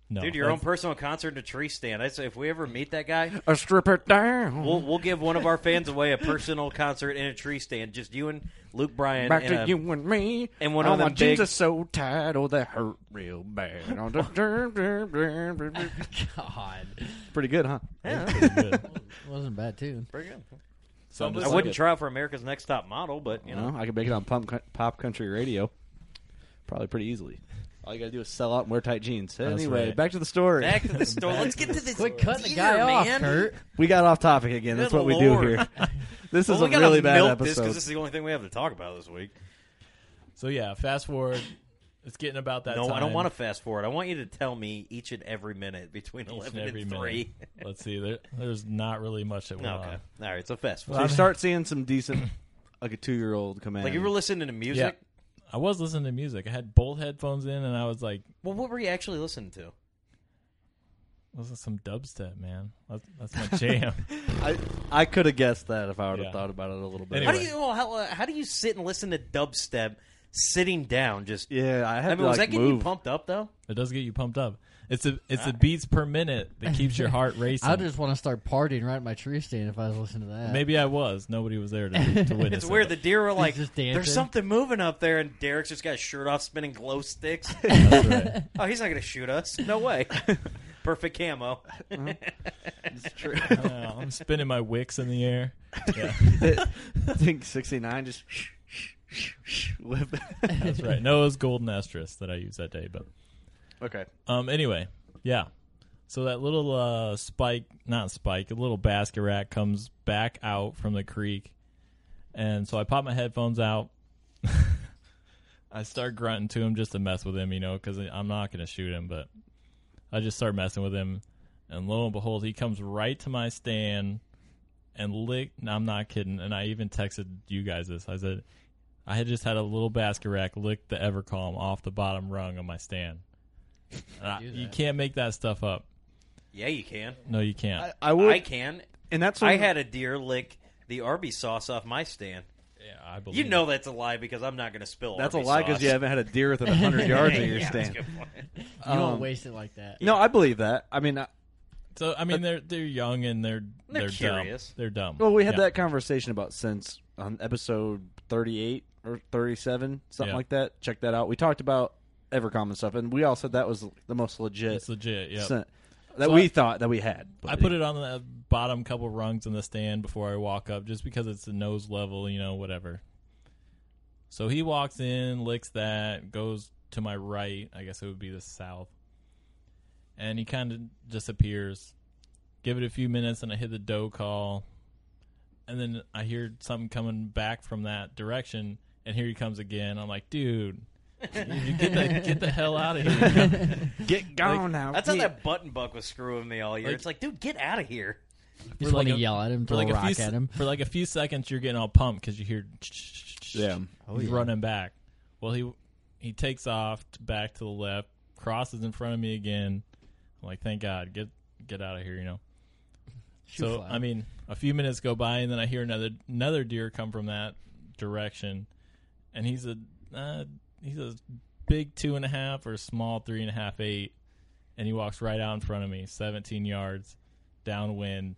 No,
Dude, your own
that's-
personal concert in a tree stand. I say if we ever meet that guy,
A stripper down.
we'll we'll give one of our fans away a personal concert in a tree stand. Just you and Luke Bryan.
Back
and
to
a-
you and me.
and one
oh,
of
my
them
jeans
big-
are so tight, oh, they hurt real bad. Oh, da- da- da- da- da- da.
God,
Pretty good, huh?
Yeah,
wasn't a bad tune.
pretty good.
So I'm
I
just like
wouldn't
a-
try out for America's Next Top Model, but you
You
know,
know, I could make it on pump, Pop Country Radio, probably pretty easily. All you gotta do is sell out and wear tight jeans. Anyway,
right.
back to the story.
back to the store. Let's get to this.
Quit cutting the
deer,
guy off,
man.
Kurt.
we got off topic again. That's
Good
what we do
Lord.
here.
This
Well,
is
we
a
gotta
really bad
milk This
episode.
because this is the only thing we have to talk about this week.
So yeah, fast forward. It's getting about that.
no, I don't
time.
want to fast forward. I want you to tell me each and every minute between
Each
eleven
every
and
minute.
three.
Let's see. There, there's not really much that went
Okay.
on.
All right, so fast
So you start seeing some decent, like a two-year-old come in.
Like, you were listening to music?
Yeah. I was listening to music. I had both headphones in, and I was like,
Well, what were you actually listening to?
"This is some dubstep, man. That's, that's my jam."
I I could have guessed that if I would have
Yeah.
thought about it a little bit.
How do you well, how, uh, how do you sit and listen to dubstep sitting down? Just
yeah, I
mean,
have to,
was
like,
that getting you
move.
pumped up though?
It does get you pumped up. It's a it's the beats per minute that keeps your heart racing.
I just want to start partying right at my tree stand if I was listening to that.
Maybe I was. Nobody was there to, to witness.
It's weird. The
it.
deer are
He's
like,
just
"There's
dancing.
something moving up there," and Derek's just got his shirt off, spinning glow sticks. Oh, he's not gonna shoot us. No way. Perfect camo.
It's true.
Yeah, I'm spinning my wicks in the air. Yeah.
I think '69 just whip.
That's right. No, it was Golden Estrus that I used that day, but
Okay.
Um. Anyway, yeah. So that little uh, spike, not spike, a little basket rack comes back out from the creek, and so I pop my headphones out. I start grunting to him just to mess with him, you know, because I'm not going to shoot him, but I just start messing with him, and lo and behold, he comes right to my stand and lick. no, I'm not kidding, and I even texted you guys this. I said I had just had a little basket rack lick the Evercom off the bottom rung of my stand. And I-
do
you
that.
can't make that stuff up.
Yeah, you can.
No, you can't.
I, I would.
I can.
And that's
I
when-
had a deer lick the Arby sauce off my stand.
Yeah, I believe.
You know that's a lie because I'm not going to spill.
That's a
Arby's
lie because
sauce.
you haven't had a deer within hundred yards of your
Yeah, that's a
stand. Um,
good point. You
don't waste it like that.
No, I believe that. I mean, I,
so I mean, they're they're young and they're
They're
they're,
curious.
Dumb. They're
Um,
dumb.
well, we had
Yeah.
that conversation about since on episode thirty-eight or thirty-seven, something
Yeah.
like that. Check that out. We talked about Evercom and stuff, and we all said that was the most legit.
It's legit, yeah.
scent That
So
we
I-
thought that we had.
I put it on the bottom couple rungs in the stand before I walk up, just because it's the nose level, you know, whatever. So he walks in, licks that, goes to my right. I guess it would be the south. And he kind of disappears. Give it a few minutes, and I hit the doe call. And then I hear something coming back from that direction, and here he comes again. I'm like, dude, you get the get the hell out of here.
Get
gone
now.
That's how that button buck was screwing me all year.
Like-
it's like, dude, get out of here.
Just want to yell at him,
for
throw
like
a
few
rock
s-
at him.
For like a few seconds, you're getting all pumped because you hear
Yeah.
Oh,
he's
yeah.
running back. Well, he he takes off t- back to the left, crosses in front of me again. I'm like, thank God, get get out of here, you know.
Shoe
so
fly.
I mean, a few minutes go by, and then I hear another another deer come from that direction, and he's a uh, he's a big two and a half or small three and a half eight, and he walks right out in front of me, 17 yards downwind,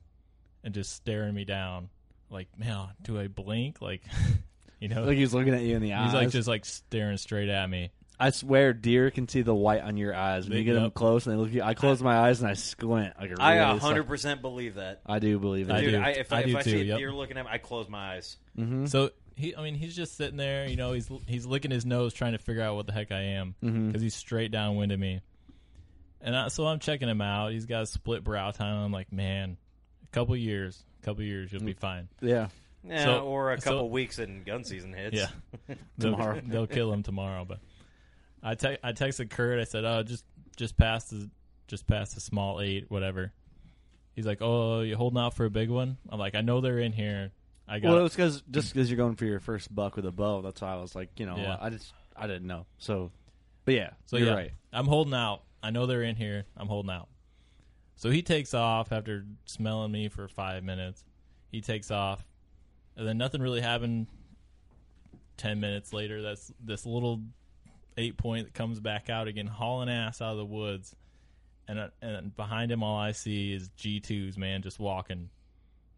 and just staring me down. Like, man, do I blink? Like, you know,
Like he's looking at you in the
he's
eyes.
like just like staring straight at me.
I swear, deer can see the white on your eyes when
They-
you get them
yep.
close. And they look at you. I close my eyes and I squint. Like a
I
really
100 percent believe that.
I do believe
Dude,
it.
I do.
I, if I,
I
if
do
I
too,
see a
yep.
deer looking at me, I close my eyes.
Mhm.
So he, I mean, he's just sitting there. You know, he's he's licking his nose, trying to figure out what the heck I am because
Mhm.
he's straight downwind of me. And I, so I'm checking him out. He's got a split brow time. I'm like, man, a couple years, a couple years, you'll be fine.
Yeah.
Yeah,
So-
or a
so-
couple weeks and gun season hits.
Yeah, They'll-
Tomorrow.
they'll, kill him tomorrow. But I te- I texted Kurt. I said, "Oh, just just past the just past the small eight, whatever." He's like, "Oh, you holding out for a big one?" I'm like, "I know they're in here. I got."
Well, it's because just because you're going for your first buck with a bow. That's why I was like, you know,
Yeah.
I just I didn't know. So, but yeah,
So
you're
yeah,
right.
I'm holding out. I know they're in here. I'm holding out. So he takes off after smelling me for five minutes. He takes off, and then nothing really happened. Ten minutes later, that's this little eight point that comes back out again, hauling ass out of the woods, and uh, and behind him, all I see is G twos, man, just walking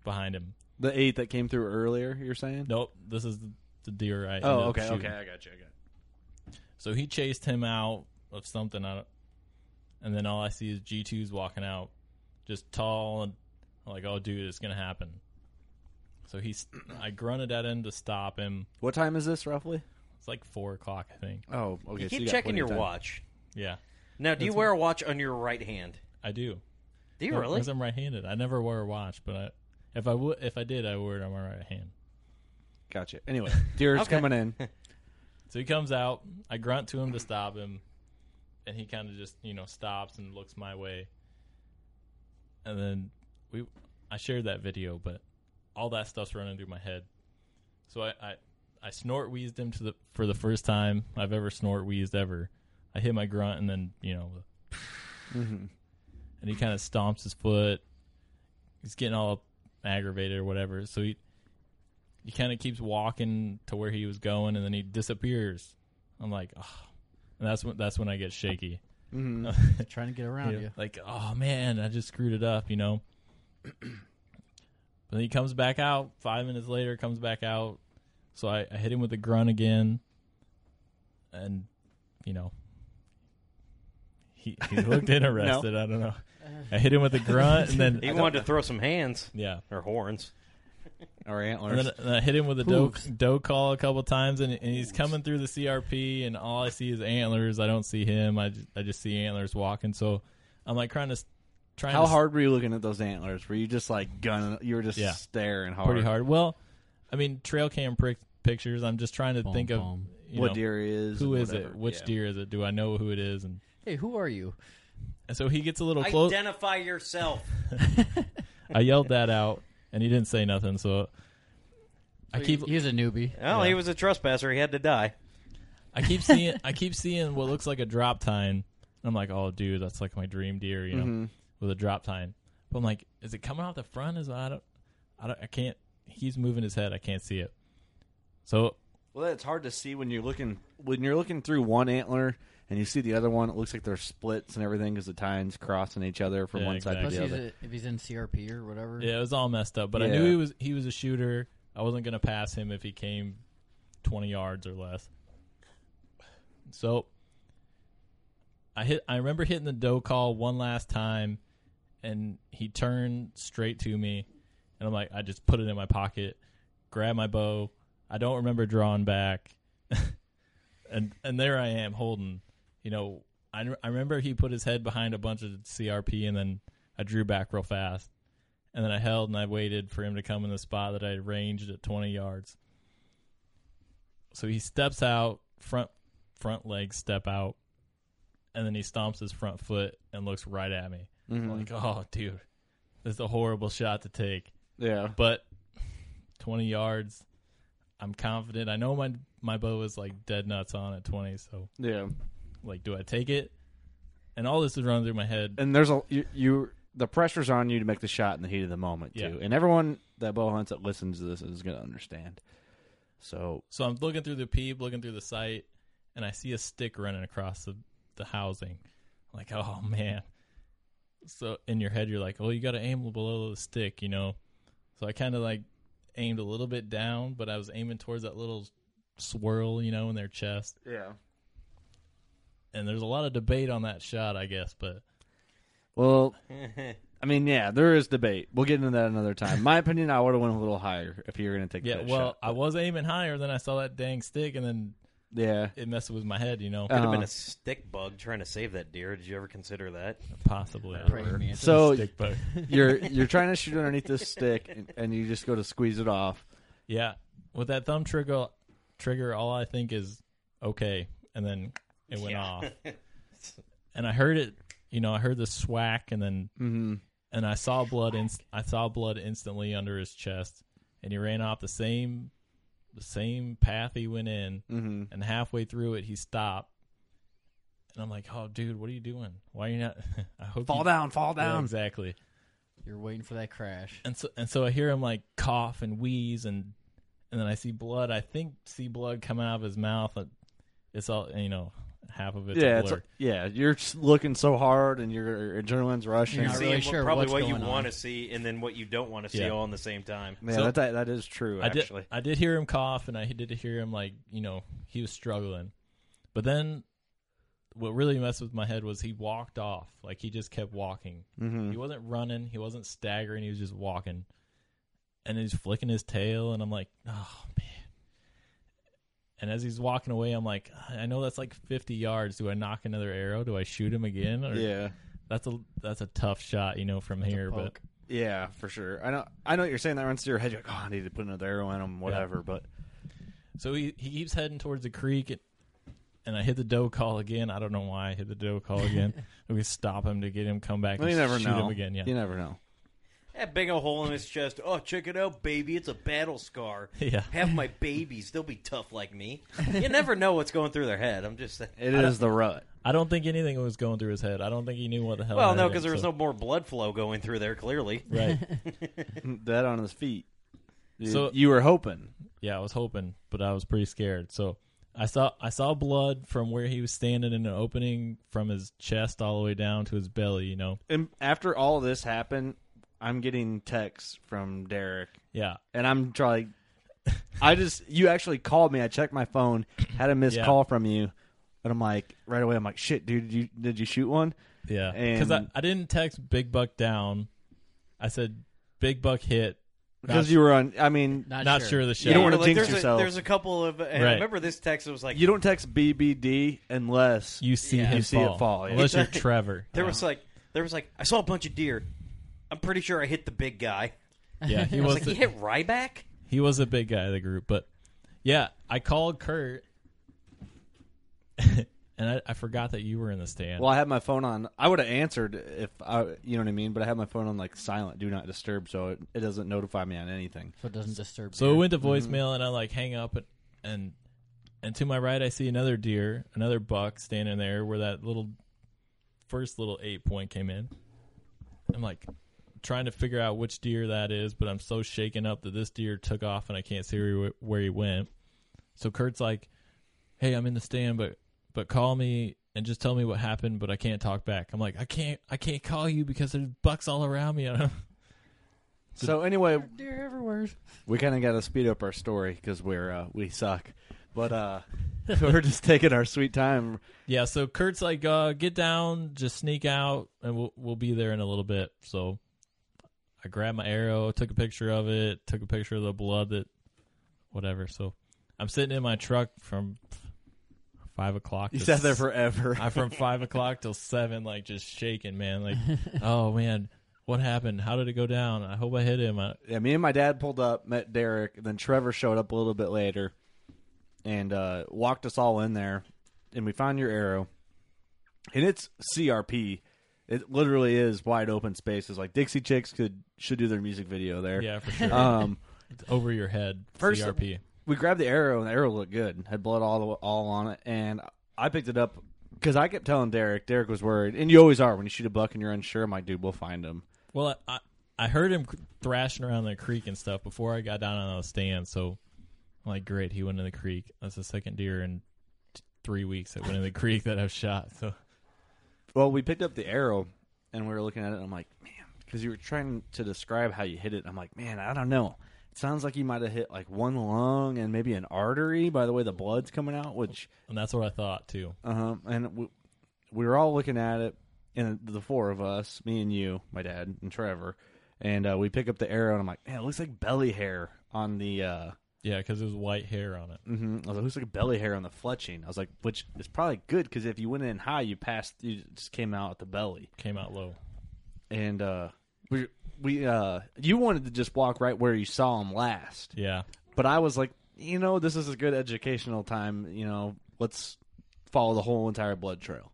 behind him.
The eight that came through earlier. You're saying?
Nope, this is the, the deer I.
Oh,
ended
okay,
up shooting.
okay. I got you. I got.
So he chased him out of something, I don't, and then all I see is G twos walking out, just tall and I'm like, oh dude, it's gonna happen. So he's, I grunted at him to stop him.
What time is this roughly?
It's like four o'clock, I think.
Oh, okay.
You
so
keep
got
checking
plenty
your
of time.
watch.
Yeah,
Now, do you
That's-
wear a watch on your right hand?
I do.
Do you
No,
really?
Because I'm right-handed. I never wear a watch, but I, If I would, if I did, I would on my right hand.
Gotcha. Anyway, deer's
Okay.
coming in.
So he comes out. I grunt to him to stop him, and he kind of just you know stops and looks my way. And then we, I shared that video, but all that stuff's running through my head. So I, I, I snort wheezed him to the for the first time I've ever snort wheezed ever. I hit my grunt and then you know,
Mhm.
and he kind of stomps his foot. He's getting all aggravated or whatever. So he he kind of keeps walking to where he was going, and then he disappears. I'm like, oh. and that's when that's when I get shaky.
Mhm. Trying to get around
Yeah,
you.
Like, oh man, I just screwed it up, you know. but then he comes back out five minutes later. Comes back out, so I, I hit him with a grunt again, and you know, he he looked interested. I don't know. I hit him with a grunt, and then
he wanted to throw some hands.
Yeah,
or horns,
or
and
antlers.
then, and I hit him with a dough, dough call a couple times, and, and he's coming through the CRP, and all I see is antlers. I don't see him. I just, I just see antlers walking. So I'm like trying to s- trying.
How
to s-
hard were you looking at those antlers? Were you just like gunning? You were just
Yeah.
staring hard.
Pretty hard. Well, I mean, trail cam pric- pictures. I'm just trying to
Boom,
think of
boom.
you
What
know,
deer it is
Who
and
is it?
whatever.
Which
Yeah.
deer is it? Do I know who it is? And
Hey, who are you?
and so he gets a little close.
identify yourself.
I yelled that out, and he didn't say nothing. So I
So
keep.
he- he's a newbie.
Well, he was a trespasser. He had to die.
I keep seeing I keep seeing what looks like a drop time. I'm like, oh, dude, that's like my dream deer, you know,
Mhm.
with a drop time. But I'm like, is it coming out the front? Is I don't, I don't, I can't. He's moving his head. I can't see it. So
Well, it's hard to see when you're looking when you're looking through one antler and you see the other one. It looks like they're splits and everything because the tines crossing each other from
Yeah,
one side
Plus,
to the
he's
other.
a, if he's in CRP or whatever.
yeah, it was all messed up. But I
Yeah.
knew he was he was a shooter. I wasn't gonna pass him if he came 20 yards or less. So I hit. I remember hitting the doe call one last time, and he turned straight to me, and I'm like, I just put it in my pocket, grab my bow. I don't remember drawing back, and and there I am holding. You know, I I remember he put his head behind a bunch of CRP, and then I drew back real fast, and then I held and I waited for him to come in the spot that I had ranged at 20 yards. So he steps out front front legs step out, and then he stomps his front foot and looks right at me.
Mhm.
I'm like, oh, dude, this is a horrible shot to take.
Yeah.
But 20 yards, I'm confident. I know my my bow is like dead nuts on at 20, so
yeah.
Like, do I take it? And all this is running through my head.
And there's a you, you the pressure's on you to make the shot in the heat of the moment
Yeah.
too. And everyone that bow hunts that listens to this is going to understand. So
So I'm looking through the peep, looking through the site, and I see a stick running across the, the housing. I'm like, oh man. So in your head, you're like, oh, you got to aim below the stick, you know. So I kind of like aimed a little bit down, but I was aiming towards that little swirl, you know, in their chest.
Yeah.
And there's a lot of debate on that shot, I guess, but
Well, I mean, yeah, there is debate. We'll get into that another time. My opinion, I would have went a little higher if you were going to take
yeah.
that
Well,
shot.
I was aiming higher, then I saw that dang stick, and then
Yeah. Uh-huh.
it messed with my head, you know.
Could have been a stick bug trying to save that deer. Did you ever consider that?
Possibly.
So
Stick bug.
you're you're trying to shoot underneath this stick, and, and you just go to squeeze it off.
Yeah, with that thumb trigger, trigger, all I think is okay, and then it went
Yeah.
off, and I heard it. You know, I heard the swack, and then
Mhm.
and I saw blood. Inst- I saw blood instantly under his chest, and he ran off the same, the same path he went in,
Mhm.
and halfway through it, he stopped. And I'm like, oh, dude, what are you doing? Why are you not? I hope
Fall
you-
down, fall
Yeah,
down.
exactly.
You're waiting for that crash.
And so and so I hear him like cough and wheeze and and then I see blood. I think see blood coming out of his mouth. but It's all you know, half of it's
yeah,
a blur.
yeah. You're s- looking so hard, and your adrenaline's rushing.
You're seeing what- probably what you want to see, and then what you don't want to see
Yeah.
all in the same time.
Man,
So-
that, that that is true.
I
actually,
did I did hear him cough and I did hear him like, you know, he was struggling. But then what really messed with my head was he walked off. Like he just kept walking.
Mhm.
He wasn't running, he wasn't staggering, he was just walking. And he's flicking his tail and I'm like, "Oh man." And as he's walking away, I'm like, "I know that's like 50 yards. Do I knock another arrow? Do I shoot him again?" Or
Yeah.
That's a that's a tough shot, you know, from here, but
poke.
Yeah, for sure. I know. I know what you're saying. That runs through your head. You're like, oh, I need to put another arrow in him, whatever. But
So he he keeps heading towards the creek, and, and I hit the doe call again. I don't know why I hit the doe call again. we could stop him to get him come back.
Well,
and
you never
shoot
know.
him again. Yeah,
You never know.
That big old hole in his chest. Oh, check it out, baby. It's a battle scar.
Yeah.
Have my babies. They'll be tough like me. You never know what's going through their head. I'm just saying.
It
I don't-
is the rut.
I don't think anything was going through his head. I don't think he knew what the hell.
Well,
had
no,
him,
because there was
so-
no more blood flow going through there, clearly.
Right.
that on his feet. You-
So-
you were hoping.
Yeah, I was hoping, but I was pretty scared. So I saw I saw blood from where he was standing in an opening from his chest all the way down to his belly. You know.
And after all this happened, I'm getting texts from Derek.
Yeah.
And I'm trying. I just you actually called me. I checked my phone, had a missed
Yeah.
call from you, and I'm like right away. I'm like, shit, dude, did you did you shoot one?
Yeah,
and
because I, I didn't text Big Buck down. I said Big Buck hit
because
Not-
you were on. I mean,
Not Not sure. sure of the
You
shot.
don't want
Yeah,
to
like,
jinx
there's a-
yourself.
there's a couple
uh,
of- and I Right. remember this text, it was like-
you don't text BBD unless
you see him
you see
fall.
it fall. yeah.
Unless you're Trevor.
There was like, there was like, I saw a bunch of deer. I'm pretty sure I hit the big guy.
Yeah, he
I was
was
like,
the-
you hit Ryback.
He was the big guy of the group, but yeah, I called Kurt, and I, I forgot that you were in the stand.
Well, I had my phone on. I would have answered if I, you know what I mean. But I had my phone on like silent, do not disturb, so it, it doesn't notify me on anything.
So it doesn't disturb.
So it went to voicemail, and I like hang up, and, and and to my right, I see another deer, another buck standing there where that little first little eight point came in. I'm like trying to figure out which deer that is, but I'm so shaken up that this deer took off, and I can't see where he, w- where he went. So Kurt's like, "Hey, I'm in the stand, but but call me." And just tell me what happened, but I can't talk back. I'm like, I can't, I can't call you because there's bucks all around me.
So anyway,
Deer everywhere.
we kind of got to speed up our story because we're uh, we suck, but uh, we're just taking our sweet time.
Yeah, so Kurt's like, uh, get down, just sneak out, and we'll we'll be there in a little bit. So I grabbed my arrow, took a picture of it, took a picture of the blood that, whatever. So I'm sitting in my truck from five o'clock.
You
to
sat there
s-
forever.
I'm from five o'clock till seven, like just shaking, man. Like, oh man, what happened? How did it go down? I hope I hit him. I,
Yeah, me and my dad pulled up, met Derek, and then Trevor showed up a little bit later, and uh, walked us all in there, and we found your arrow, and it's CRP. It literally is wide open spaces. Like Dixie Chicks could should do their music video there.
yeah, for sure.
Um,
It's over your head.
First,
CRP.
we grabbed the arrow, and the arrow looked good. Had blood all all on it, and I picked it up because I kept telling Derek. Derek was worried, and you always are when you shoot a buck and you're unsure. I'm like, dude, we'll find him.
Well, I I heard him thrashing around the creek and stuff before I got down on the stand. So I'm like, great, he went in the creek. That's the second deer in t- three weeks that went in the creek that I've shot. So
Well, we picked up the arrow, and we were looking at it. and I'm like, man, because you were trying to describe how you hit it. I'm like, man, I don't know. It sounds like you might have hit like one lung and maybe an artery. By the way, the blood's coming out, which
and that's what I thought too.
Um, and we, we were all looking at it, and the four of us, me and you, my dad, and Trevor, and uh, we pick up the arrow, and I'm like, man, it looks like belly hair on the. Uh,
yeah, because there's white hair on it.
hmm I was like, looks like belly hair on the fletching. I was like, which is probably good because if you went in high, you passed, you just came out at the belly.
Came out low.
And uh, we we uh, you wanted to just walk right where you saw him last.
Yeah.
But I was like, you know, this is a good educational time. You know, let's follow the whole entire blood trail.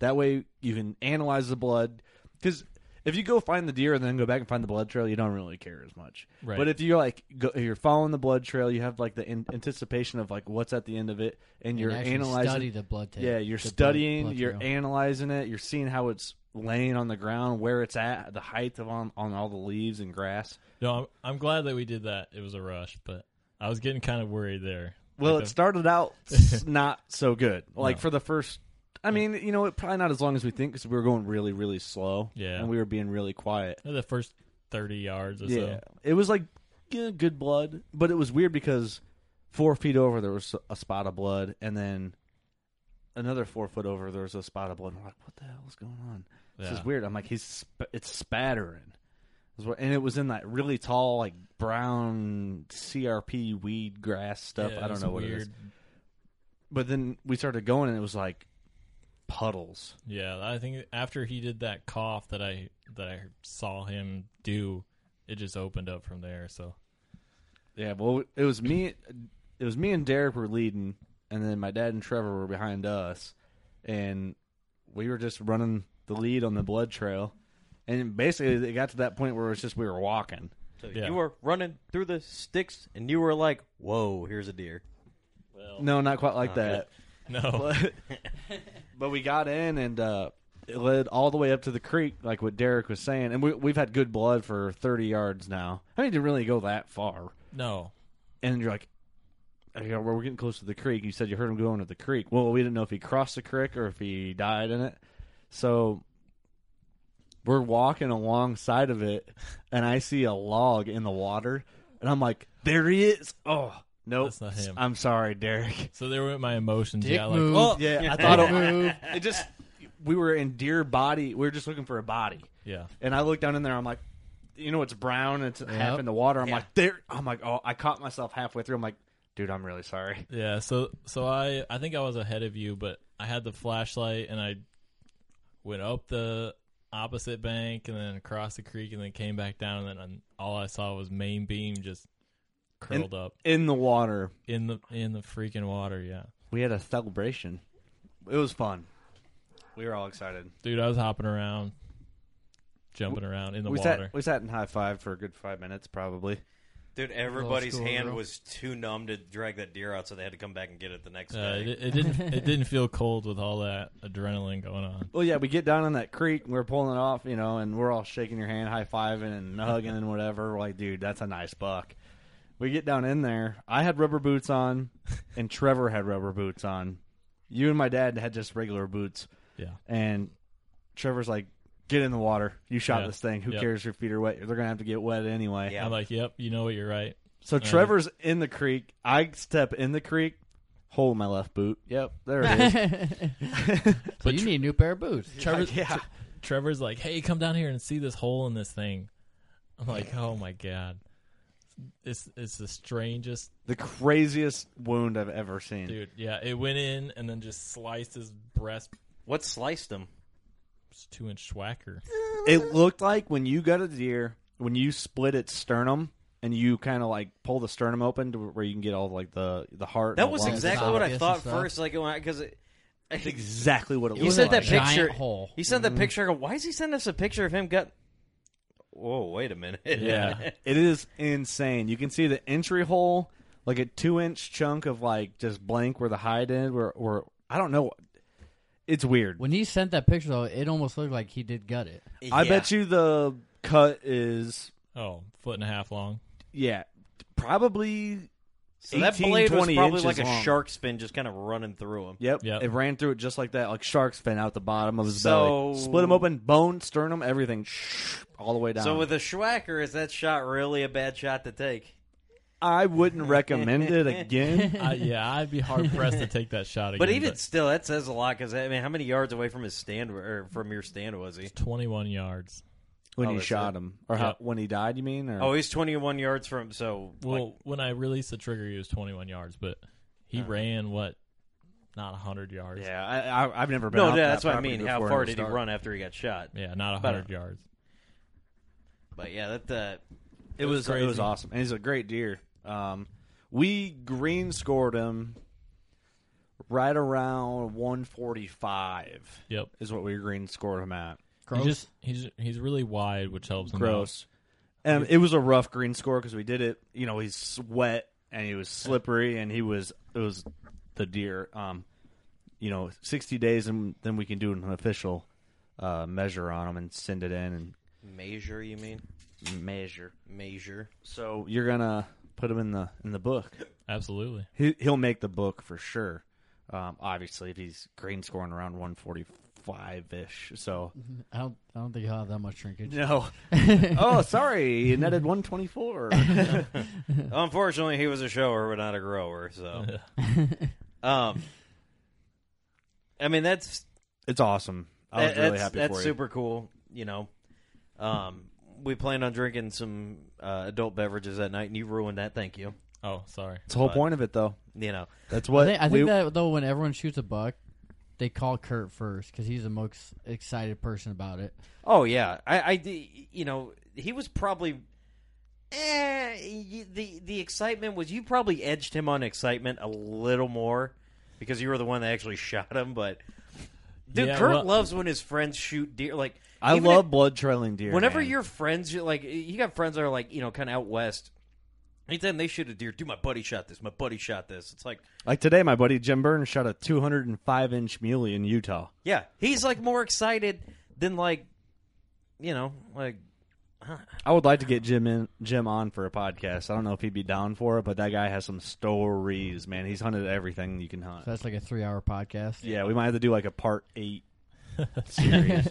That way you can analyze the blood. Because if you go find the deer and then go back and find the blood trail, you don't really care as much.
Right.
But if you're like go, you're following the blood trail, you have like the in- anticipation of like what's at the end of it, and,
And
you're
actually
analyzing.
study the blood ta-
Yeah, you're
the blood-
studying.
blood
you're
trail.
analyzing it. You're seeing how it's laying on the ground, where it's at, the height of on on all the leaves and grass.
No, I'm, I'm glad that we did that. It was a rush, but I was getting kind of worried there.
Well,
Like
it
the-
started out s- not so good. Like
No.
for the first, I mean, you know, it probably not as long as we think because we were going really, really slow.
Yeah.
and we were being really quiet.
the first thirty yards or
Yeah,
so.
it was like yeah, good blood, but it was weird because four feet over there was a spot of blood, and then another four foot over there was a spot of blood. And we're like, what the hell is going on? This
Yeah.
is weird. I'm like, he's sp- it's spattering. Is what- And it was in that really tall, like brown CRP weed grass stuff.
Yeah,
I
it
don't
was
know what it is
weird.
but then we started going and it was like puddles.
Yeah, I think after he did that cough that I that I saw him do, it just opened up from there. So
Yeah, well, it was me. It was me and Derek were leading, and then my dad and Trevor were behind us, and we were just running the lead on the blood trail, and basically it got to that point where it's just we were walking.
So You were running through the sticks, and you were like, "Whoa, here's a deer."
No, not quite like that.
No.
But, but we got in and uh, it led all the way up to the creek, like what Derek was saying. And we, we've had good blood for 30 yards now. I mean, it didn't really go that far.
No.
And you're like, okay, well, we're getting close to the creek. You said you heard him going to the creek. Well, we didn't know if he crossed the creek or if he died in it. So we're walking alongside of it, and I see a log in the water. And I'm like, there he is. Oh, nope.
That's not him.
I'm sorry, Derek.
so there went my emotions.
Dick
yeah, like
move.
oh
Yeah, I thought it- it just we were in deer body. We were just looking for a body.
Yeah.
And I looked down in there. I'm like, you know, it's brown. It's half in the water. I'm like, there. I'm like, oh, I caught myself halfway through. I'm like, dude, I'm really sorry.
Yeah, so so I I think I was ahead of you, but I had the flashlight and I went up the opposite bank and then across the creek and then came back down and then all I saw was main beam just curled
In-
up
in the water.
in the in the freaking water. Yeah,
We had a celebration. It was fun. We were all excited.
dude, I was hopping around, jumping around in the
we
water.
Sat, we sat in high five for a good five minutes, probably.
Dude, everybody's hand was too numb to drag that deer out, so they had to come back and get it the next
Uh,
day.
it, it didn't it didn't feel cold with all that adrenaline going on.
Well, yeah, we get down on that creek, and we're pulling it off, you know, and we're all shaking your hand, high fiving and hugging and whatever. We're like, dude, that's a nice buck. We get down in there. I had rubber boots on, and Trevor had rubber boots on. You and my dad had just regular boots.
Yeah.
And Trevor's like, get in the water. You shot
Yeah.
this thing. Who
Yep.
cares if your feet are wet? They're going to have to get wet anyway.
I'm like, yep, you know what, you're right.
So
And I-
Trevor's in the creek. I step in the creek, hole in my left boot. Yep, there it is.
So you need a new pair of boots.
Trevor's, Tre- Trevor's like, hey, come down here and see this hole in this thing. I'm like, oh my god, it's it's the strangest
the craziest wound I've ever seen.
dude. Yeah, it went in and then just sliced his breast.
What sliced him?
It's two inch schwacker.
It looked like when you got a deer, when you split its sternum and you kind of like pull the sternum open to where you can get all like the the heart. and
That
the
was
lungs
exactly
out.
what I thought first. Like, because it,
That's exactly what it
you
looked
sent that
like.
Giant
picture.
hole.
He sent that
Mhm.
picture. I go, Why is he sending us a picture of him? Got. Whoa! Wait a minute.
Yeah, it is insane. You can see the entry hole, like a two inch chunk of like just blank where the hide ended. Where, where I don't know. It's weird.
When he sent that picture, though, it almost looked like he did gut it.
I bet you the cut is
Oh, foot and a half long.
yeah, probably.
So that
18,
blade was
20
probably
inches
like a
long.
shark's fin, just kind of running through him.
Yep. It ran through it just like that, like shark's fin out the bottom of his
So-
belly. Split him open, bone, sternum, everything, shh, all the way down.
Um,
So with a schwacker, is that shot really a bad shot to take?
I wouldn't recommend it again.
I, yeah, I'd be hard pressed to take that shot again.
But even still, that says a lot. Because I mean, how many yards away from his stand or from your stand was he?
21 yards.
when
Oh,
you
that's
shot
it.
him, or
Yeah.
how, when he died, you mean? Or
Oh, he's twenty-one yards from. So
Well,
like,
when I released the trigger, he was 21 yards, but he ran what, not 100 yards.
yeah, I, I, I've never been.
no,
out
yeah,
that
that's what I
property
mean. How
before
far
and it
did
was
he
dark.
run after he got shot?
Yeah, not
But- uh,
100 yards.
But yeah, that uh,
It was it was
crazy.
awesome, and he's a great deer. Um, we green scored him right around 145.
Yep.
is what we green scored him at.
He just, he's he's really wide, which helps him. out.
gross. Um, it was a rough green score because we did it. You know, he's wet and he was slippery and he was it was the deer. Um, you know, sixty days and then we can do an official uh, measure on him and send it in
measure. You mean
and measure.
measure?
So you're gonna put him in the in the book.
Absolutely.
He, he'll make the book for sure. Um, obviously, if he's green scoring around one forty five ish, so
I don't, I don't think he'll have that much shrinkage.
no. oh, sorry, you netted one twenty four.
Unfortunately, he was a shower but not a grower. So, um, I mean that's
It's awesome. I was
that-
really
that's,
happy
that's
for you.
super cool. You know, um, we plan on drinking some uh, adult beverages that night, and you ruined that. Thank you.
Oh, sorry.
It's the whole
But,
point of it, though.
You know,
That's what
I think, I
we,
think that though, when everyone shoots a buck,
they call Kurt first because he's the most excited person about it.
Oh yeah, I, I d- you know he was probably. Eh, y- the the excitement was you probably edged him on excitement a little more because you were the one that actually shot him. But dude,
Yeah,
Kurt
well-
loves when his friends shoot deer. Like
I
even
love
if-
blood trailing deer.
Whenever
man.
your friends, you- like you got friends that are like you know kind of out west, anytime they shoot a deer, dude, my buddy shot this. My buddy shot this. It's like
like today, my buddy Jim Burns shot a 205 inch muley in Utah.
yeah, he's like more excited than like you know like
I would like to get Jim in Jim on for a podcast. I don't know if he'd be down for it, but that guy has some stories, man. He's hunted everything you can hunt.
So that's like a three-hour podcast.
Yeah, we might have to do like a part eight.
series,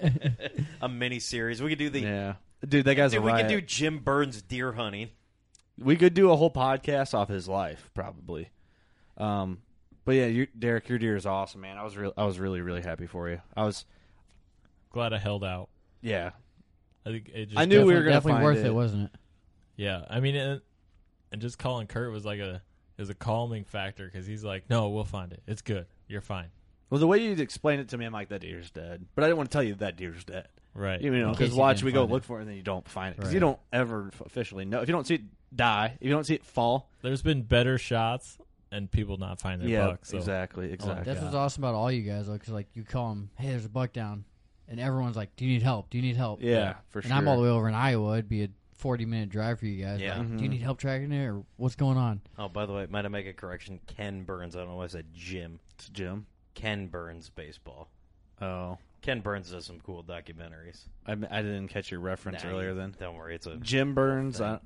a mini series. We could do the
Yeah. Dude, that guy's a
Dude, we could
riot.
do Jim Burns deer hunting.
We could do a whole podcast off his life, probably. Um, but yeah, you, Derek, your deer is awesome, man. I was real, I was really, really happy for you. I was
glad I held out.
Yeah,
I think it just
I knew we were
definitely-
gonna
definitely
find
worth it. wasn't it?
Yeah, I mean, and, and just calling Kurt was like a is a calming factor because he's like, no, we'll find it. It's good. You're fine.
Well, the way you explained it to me, I'm like, that deer's dead. But I didn't want to tell you that deer's dead.
Right.
You know,
In case
because
you
watch,
didn't
we go
find it.
look for it, and then you don't find it. Because
Right.
you don't ever f- officially know. If you don't see it die, if you don't see it fall.
There's been better shots and people not find their
Yeah,
buck. So.
exactly, exactly.
That's what's Oh, awesome about all you guys, though, because like you call them, hey, there's a buck down, and everyone's like, do you need help? Do you need help?
Yeah, Yeah. for
And I'm all the
sure.
way over in Iowa. It'd be a 40 minute drive for you guys.
Yeah.
Like,
Mm-hmm.
Do you
Mhm.
need help tracking it, or what's going on?
Oh, by the way, might I make a correction? Ken Burns. I don't know why I said Jim.
It's Jim.
Ken Burns baseball.
Oh,
Ken Burns does some cool documentaries.
I, I didn't catch your reference
Nah,
earlier.
you-
Then
don't worry, it's a
Jim Burns. I,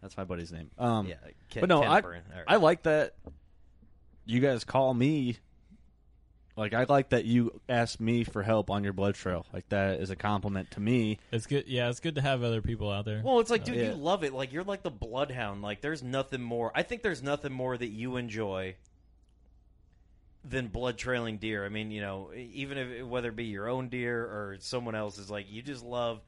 that's my buddy's name. Um,
Yeah, Ken-
but no,
Ken
I
Burns, all right.
I like that. You guys call me. Like I like that you asked me for help on your blood trail. Like that is a compliment to me.
It's good. Yeah, it's good to have other people out there.
Well, it's like,
Uh,
dude, you love it. Like you're like the bloodhound. Like there's nothing more. I think there's nothing more that you enjoy than blood trailing deer. I mean, you know, even if whether it be your own deer or someone else's, like you just love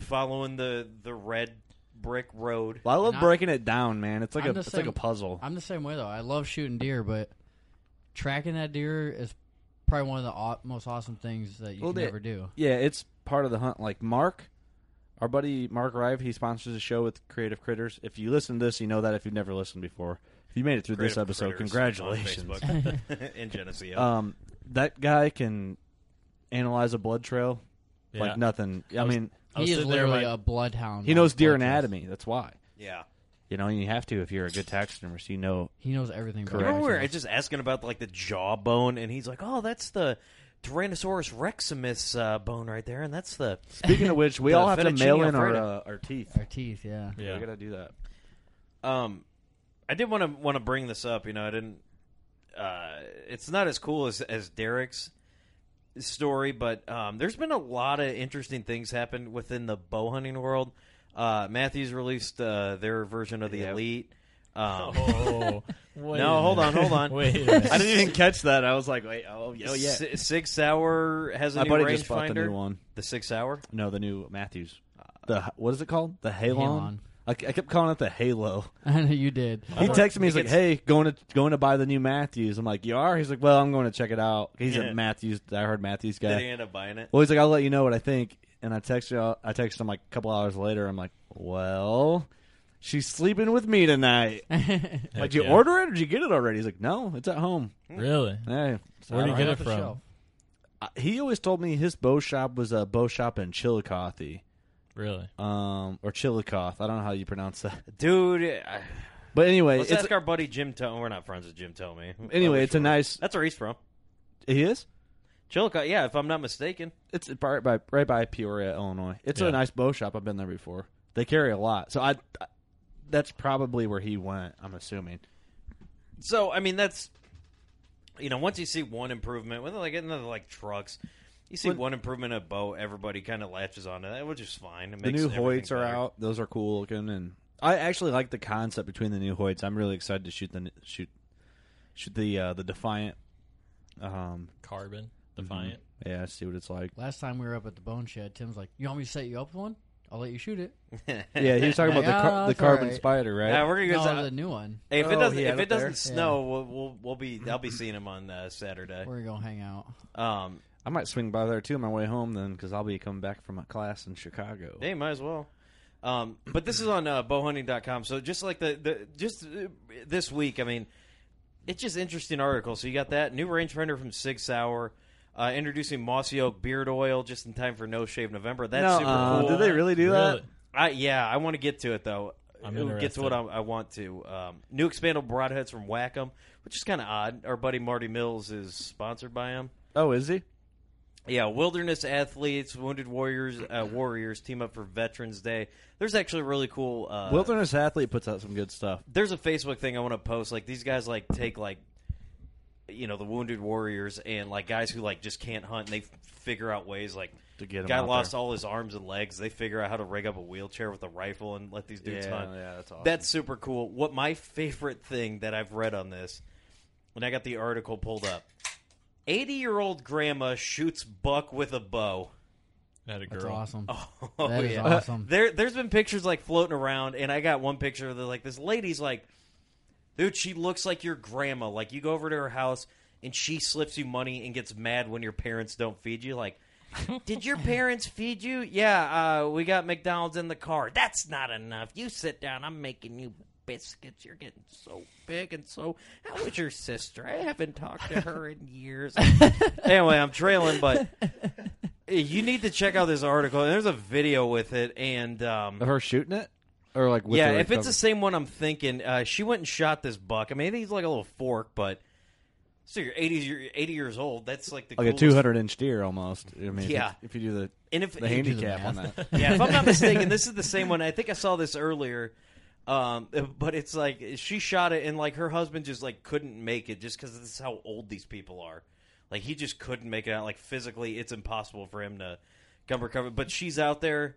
following the the red brick road.
Well, I love
And I'm-
breaking it down, man. It's like
I'm
a
the
it's like a
same-
puzzle.
I'm the same way though. I love shooting deer, but tracking that deer is probably one of the aw- most awesome things that you
Well,
can
they-
ever do.
Yeah, it's part of the hunt. Like Mark, our buddy Mark Rive, he sponsors a show with Creative Critters. If you listen to this, you know that. If you've never listened before, if you made it through this
Creative
episode,
Critters
congratulations.
on Facebook. In Geneseo.
um, that guy can analyze a blood trail
Yeah.
like nothing. I,
I was-
mean,
I was He is sitting there literally like- a bloodhound
He
on
knows
blood
deer
trails.
anatomy. That's why.
Yeah.
You know, and you have to if you're a good taxidermist. you know,
he knows everything.
I remember we were just asking about like the jawbone, and he's like, "Oh, that's the Tyrannosaurus reximus uh, bone right there, and that's the."
Speaking of which, we all have to mail in our, uh, our teeth.
Our teeth, yeah.
Yeah. We gotta do that.
Um, I did want to want to bring this up. You know, I didn't. Uh, it's not as cool as as Derek's story, but um, there's been a lot of interesting things happen within the bow hunting world. Uh, Matthews released uh, their version of the Elite. Um,
Oh, wait
no,
a
hold on,
minute.
hold on.
Wait a minute.
I didn't even catch that. I was like, wait, oh, oh yeah.
Si- Six Hour has a
My
new
buddy
rangefinder.
just bought the new one.
The Six Hour.
No, the new Matthews. The what is it called? The Halon.
Halon.
I, I kept calling it the Halo.
I know you did.
He texted me. He's like, "Hey, going to going to buy the new Matthews." I'm like, "You are?" He's like, "Well, I'm going to check it out." He's
Yeah.
a Matthews. I heard Matthews guy.
Did he end up buying it?
Well, he's like, "I'll let you know what I think." And I text you. I text him like a couple hours later. I'm like, "Well, she's sleeping with me tonight." like, did you
yeah.
order it or did you get it already? He's like, "No, it's at home."
Really?
Yeah.
Where'd you
I
get
don't
it
know.
from? Shelf.
Uh, He always told me his bow shop was a bow shop in Chillicothe.
Really?
Um, or Chillicothe. I don't know how you pronounce that.
dude. I-
But anyway,
let's
it's-
ask our buddy Jim. Tome. We're not friends with Jim Tomey.
Anyway,
I wish
it's a
we were.
nice-
That's where he's from.
He is.
Chillicothe. Yeah, if I'm not mistaken.
It's right by right by Peoria, Illinois. It's
Yeah.
a nice bow shop. I've been there before. They carry a lot, so I. That's probably where he went. I'm assuming.
So I mean, that's you know, once you see one improvement, when they get into like trucks, you see one improvement at bow, everybody kind of latches onto that, which is fine. It
The
makes
new
everything
Hoyts are
better.
out. Those are cool looking, and I actually like the concept between the new Hoyts. I'm really excited to shoot the shoot shoot the uh, the Defiant. Um,
Carbon Defiant.
Yeah, see what it's like.
Last time we were up at the Bone Shed, Tim's like, "You want me to set you up with one?"
I'll let you shoot it.
Yeah, he was talking about the
Yeah,
car-
that's
the carbon
all right.
spider, right?
Yeah, we're gonna go
No,
to
the new one.
Hey, if it
Oh,
doesn't,
he had
if
it
it doesn't
there?
snow, we'll, we'll we'll be I'll be seeing him on uh, Saturday.
We're gonna hang out.
Um,
I might swing by there too on my way home then, because I'll be coming back from my class in Chicago.
They might as well. Um, but this is on uh, bowhunting.com. So just like the, the just uh, this week, I mean, it's just interesting articles. So you got that new rangefinder from Sig Sauer, uh, introducing mossy oak beard oil just in time for No Shave November. That's super
Nuh-uh.
cool.
Did they really uh, do that? Really?
I, yeah, I want to get to it though.
I'm
We'll get
interested.
to what I, I want to. Um, new expandable broadheads from Wacom, which is kind of odd. Our buddy Marty Mills is sponsored by him.
Oh, is he?
Yeah, wilderness athletes, wounded warriors, uh, warriors team up for Veterans Day. There's actually a really cool. Uh,
Wilderness Athlete puts out some good stuff.
there's a Facebook thing I want to post. Like these guys, like take like, you know, the wounded warriors and like guys who like just can't hunt, and they f- figure out ways like
To get 'em
guy
out
lost all his arms and legs. They figure out how to rig up a wheelchair with a rifle and let these dudes
Yeah,
hunt.
yeah, that's awesome.
That's super cool. What my favorite thing that I've read on this, when I got the article pulled up, eighty year old grandma shoots buck with a bow.
At a girl.
That's awesome.
Oh,
that is
yeah.
awesome.
There, there's been pictures like floating around, and I got one picture of the, like this lady's like, dude, she looks like your grandma. Like you go over to her house, and she slips you money and gets mad when your parents don't feed you. Like, did your parents feed you? Yeah, uh, we got McDonald's in the car. That's not enough. You sit down. I'm making you biscuits. You're getting so big and so. How is your sister? I haven't talked to her in years. anyway, I'm trailing, but you need to check out this article. There's a video with it, and um,
Of her shooting it? Or like with
yeah,
the
if it's the
recover-
same one I'm thinking, uh, she went and shot this buck. I mean, he's like a little fork, but so you're 80, you're 80 years old. That's like the
like a
coolest-
two hundred inch deer almost. I mean, if you-
Yeah.
If you, do the
And if
the handicap on that,
yeah, if I'm not mistaken, this is the same one. I think I saw this earlier. Um, but it's like she shot it, and like her husband just like couldn't make it, just because this is how old these people are. Like he just couldn't make it out. Like physically, it's impossible for him to come recover. But she's out there,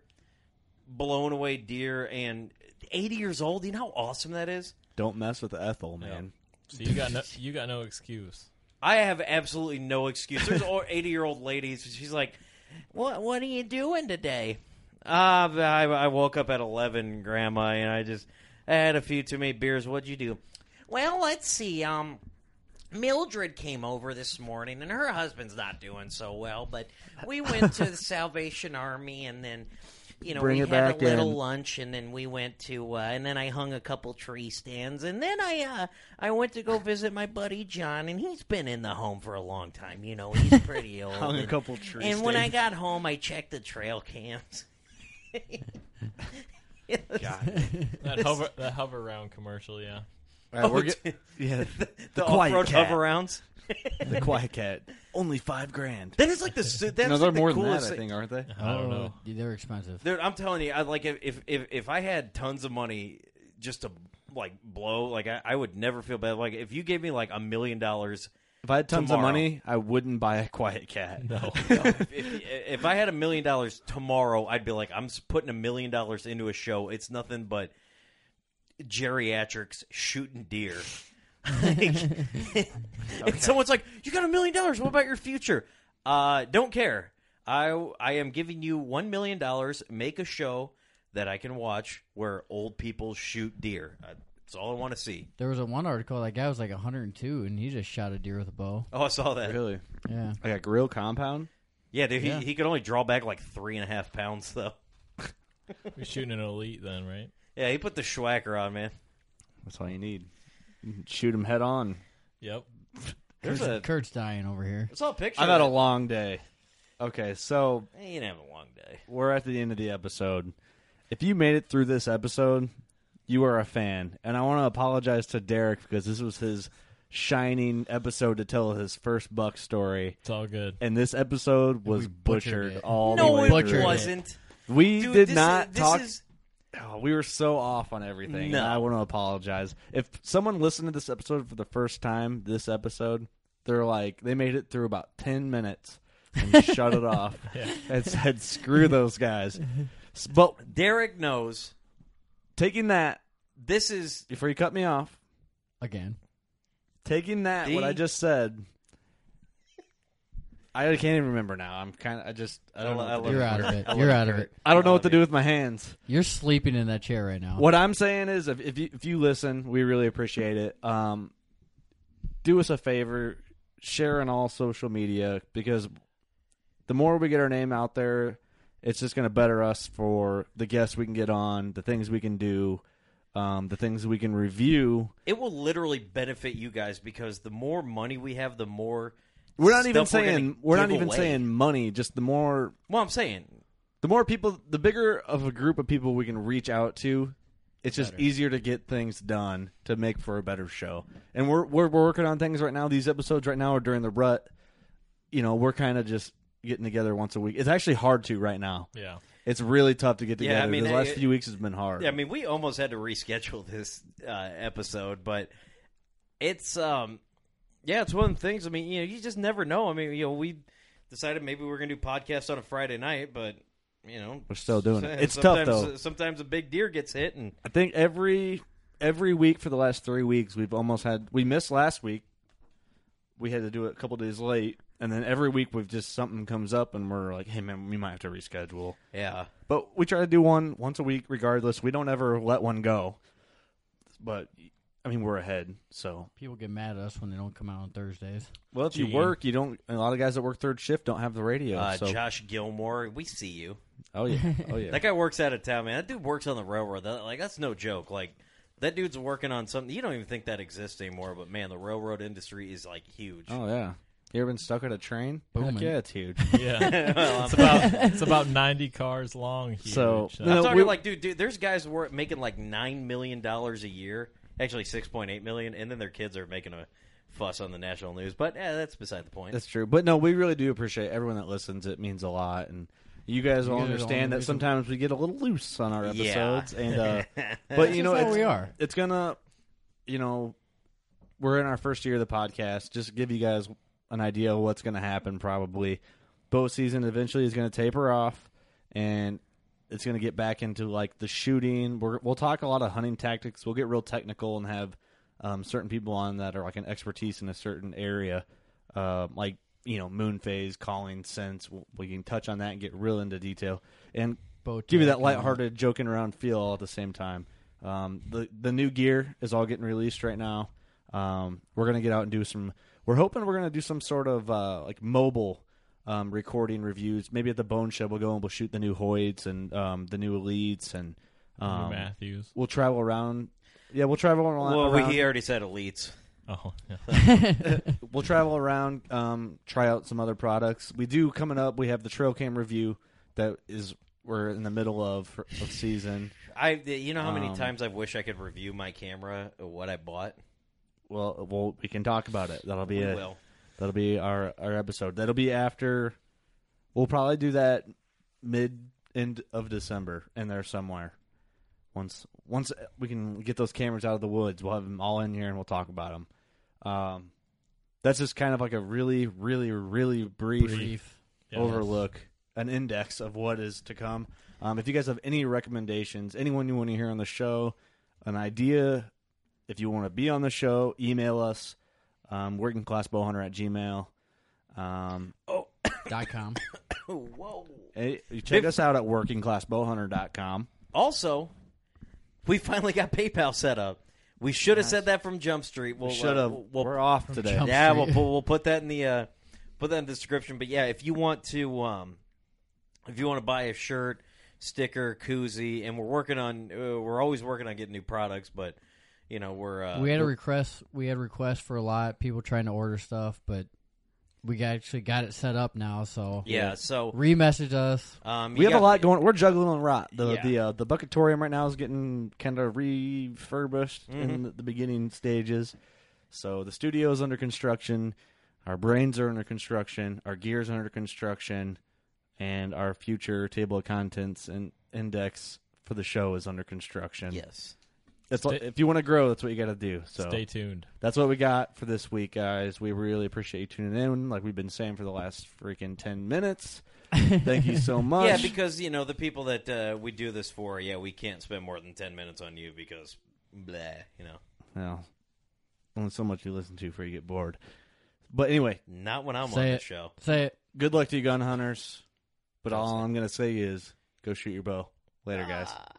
blown away deer, and 80 years old. You know how awesome that is.
don't mess with Ethel, man.
So you got no, you got no excuse.
I have absolutely no excuse. There's an 80 year old ladies. She's like, "What? What are you doing today?" Uh, I, I woke up at 11, Grandma, and I just I had a few too many beers. What'd you do? Well, let's see. Um, Mildred came over this morning, and her husband's not doing so well. But we went to the Salvation Army, and then you know
Bring
we
it
had
back
a little
in.
lunch, and then we went to, uh, and then I hung a couple tree stands, and then I uh, I went to go visit my buddy John, and he's been in the home for a long time. You know, he's pretty old.
Hung a
and-
couple tree
And when I
stands.
got home, I checked the trail cams.
That hover that hover round commercial, yeah.
All right, we're get- yeah,
the,
the
off
quiet
road
cat.
hover rounds.
the quiet cat only five grand.
That is like the su- that's
no, they're
like the
more than that.
coolest
I
thing.
think, aren't they?
Dude, they're expensive.
Dude, I'm telling you, I like if if if, if I had tons of money just to like blow, like I, I would never feel bad. Like if you gave me like a million dollars,
If I had tons
tomorrow-
of money, I wouldn't buy a quiet cat.
No,
if, if, if I had a million dollars tomorrow, I'd be like, I'm s- putting a million dollars into a show. It's nothing but geriatrics shooting deer. Like, and someone's like, "You got a million dollars. What about your future?" Uh, don't care. I I am giving you one million dollars. Make a show that I can watch where old people shoot deer. Uh, That's all I want to see.
There was a one article that guy was like 102, and he just shot a deer with a bow.
Oh, I saw that.
really?
Yeah.
Like a grill compound.
Yeah, dude. He,
Yeah.
he could only draw back like three and a half pounds though.
We're shooting an elite then, right?
Yeah, he put the schwacker on, man.
That's all you need. You can Shoot him head on.
Yep.
There's
Kurt's-
a
Uh, Kurt's dying over here.
It's all picture.
I've had a
of it.
long day. Okay, so
Hey, You didn't have a long day.
we're at the end of the episode. If you made it through this episode, you are a fan, and I want to apologize to Derek because this was his shining episode to tell his first buck story.
It's all good.
And this episode was
butchered
butchered,
it.
all the
No,
way
it
through.
wasn't.
We
Dude,
did
this
not
is- this
talk.
is-
Oh, we were so off on everything.
No.
And I want to apologize. If someone listened to this episode for the first time, this episode, they're like, they made it through about 10 minutes and shut it off and said, screw those guys. S- But
Derek knows
taking that,
this is
before you cut me off,
Again.
taking that, what I
The-
just said,
I can't even remember now. I'm kind of. I just. I don't know. what to
You're
do.
out of it. You're out of it.
I don't know what to do with my hands.
You're sleeping in that chair right now.
What I'm saying is, if, if you if you listen, we really appreciate it. Um, do us a favor, share on all social media because the more we get our name out there, it's just going to better us for the guests we can get on, the things we can do, um, the things we can review.
It will literally benefit you guys because the more money we have, the more
We're not even
stuff
saying
gonna
we're, not
give
even
away.
saying money. Just the more
Well, I'm saying
the more people, the bigger of a group of people we can reach out to, it's just easier to get things done to make for a better show. And we're we're, we're working on things right now. These episodes right now are during the rut. You know, we're kind of just getting together once a week. It's actually hard to right now.
Yeah.
it's really tough to get
Yeah, I
together.
mean,
the last
it-
few weeks has been hard.
Yeah, I mean, we almost had to reschedule this uh, episode, but it's um, yeah, it's one of the things. I mean, you know, you just never know. I mean, you know, we decided maybe we were gonna do podcasts on a Friday night, but you know,
We're still doing it.
so-
It's tough,
sometimes-
though.
Sometimes a big deer gets hit, and
I think every every week for the last three weeks we've almost had we missed last week. We had to do it a couple days late, and then every week we've just something comes up and we're like, hey man, we might have to reschedule.
Yeah.
But we try to do one once a week regardless. We don't ever let one go. But I mean we're ahead, so
People get mad at us when they don't come out on Thursdays.
well if you work you don't a lot of guys that work third shift don't have the radio.
uh,
so
Josh Gilmore, we see you.
Oh yeah. Oh yeah.
That guy works out of town, man. That dude works on the railroad. That, like that's no joke. Like that dude's working on something you don't even think that exists anymore. But man, the railroad industry is like huge.
Oh yeah. You ever been stuck at a train?
Booming.
Heck yeah, it's huge.
Yeah, it's about it's about ninety cars long. Huge.
So-
Uh,
I'm
No,
talking
we-
like, dude, dude, there's guys wor- making like nine million dollars a year, actually six point eight million, and then their kids are making a fuss on the national news. But eh, that's beside the point.
That's true. But no, we really do appreciate everyone that listens. It means a lot. And you guys
You
will
guys are the
understand
only
that
reason-
sometimes we get a little loose on our
Yeah.
episodes. And uh but
That's
you know
just how
it's,
we are.
It's gonna you know we're in our first year of the podcast. Just give you guys an idea of what's gonna happen probably. Boat season eventually is gonna taper off and it's gonna get back into like the shooting. We're, we'll talk a lot of hunting tactics. We'll get real technical and have um, certain people on that are like an expertise in a certain area, uh, like you know moon phase, calling, sense. We'll- We can touch on that and get real into detail and
Boat
give you that
tech.
lighthearted, joking around feel all at the same time. Um, the the new gear is all getting released right now. Um, we're gonna get out and do some. We're hoping we're gonna do some sort of uh, like mobile um, recording reviews. Maybe at the Bone Shed, we'll go and we'll shoot the new Hoyts and um, the new Elites and
New
um,
Matthews.
We'll travel around. Yeah, we'll travel around.
well,
around-
we, he already said elites.
Oh,
we'll travel around, um, try out some other products. We do coming up. We have the trail cam review that is we're in the middle of of season.
I, you know how many
Um,
times I wish I could review my camera, or what I bought.
Well, well, we can talk about it. That'll be
We
it.
will.
That'll be our our episode. That'll be after. We'll probably do that mid end of December in there somewhere. Once once we can get those cameras out of the woods, we'll have them all in here and we'll talk about them. Um, that's just kind of like a really, really, really brief,
Brief. Yes.
overlook, an index of what is to come. Um, if you guys have any recommendations, anyone you want to hear on the show, an idea, if you want to be on the show, email us um, working class bowhunter at gmail. Um,
oh,
dot com.
Whoa.
Hey, you check us out at workingclassbowhunter.com.
Also, we finally got PayPal set up. We should have
Nice.
said that from Jump Street. We'll,
should have.
we'll-
We're off
From
today.
Jump
Yeah,
yeah,
we'll
we'll, put- we'll put that in the uh, put that in the description. But yeah, if you want to, um, if you want to buy a shirt, sticker, koozie, and we're working on, uh, we're always working on getting new products. But you know, we're uh,
we had a request. We had requests for a lot people trying to order stuff, but we got, actually got it set up now. So
Yeah, so-
remessage us.
Um,
we have a lot going. We're juggling a lot. The
Yeah.
the uh, the bucketorium right now is getting kind of refurbished in the, the beginning stages. So the studio is under construction. Our brains are under construction. Our gears are under construction, and our future table of contents and index for the show is under construction.
Yes.
That's
Stay-
what- if you want to grow, that's what you got to do. So
Stay tuned.
That's what we got for this week, guys. We really appreciate you tuning in. Like we've been saying for the last freaking ten minutes. Thank you so much.
Yeah, because you know the people that uh, we do this for. Yeah, we can't spend more than ten minutes on you because, bleh, you know,
Well, only so much you listen to before you get bored. But anyway,
not when I'm
Say
on
it.
the show.
Say it.
good luck to you gun hunters. But all I'm going to say is go shoot your bow. Later, guys.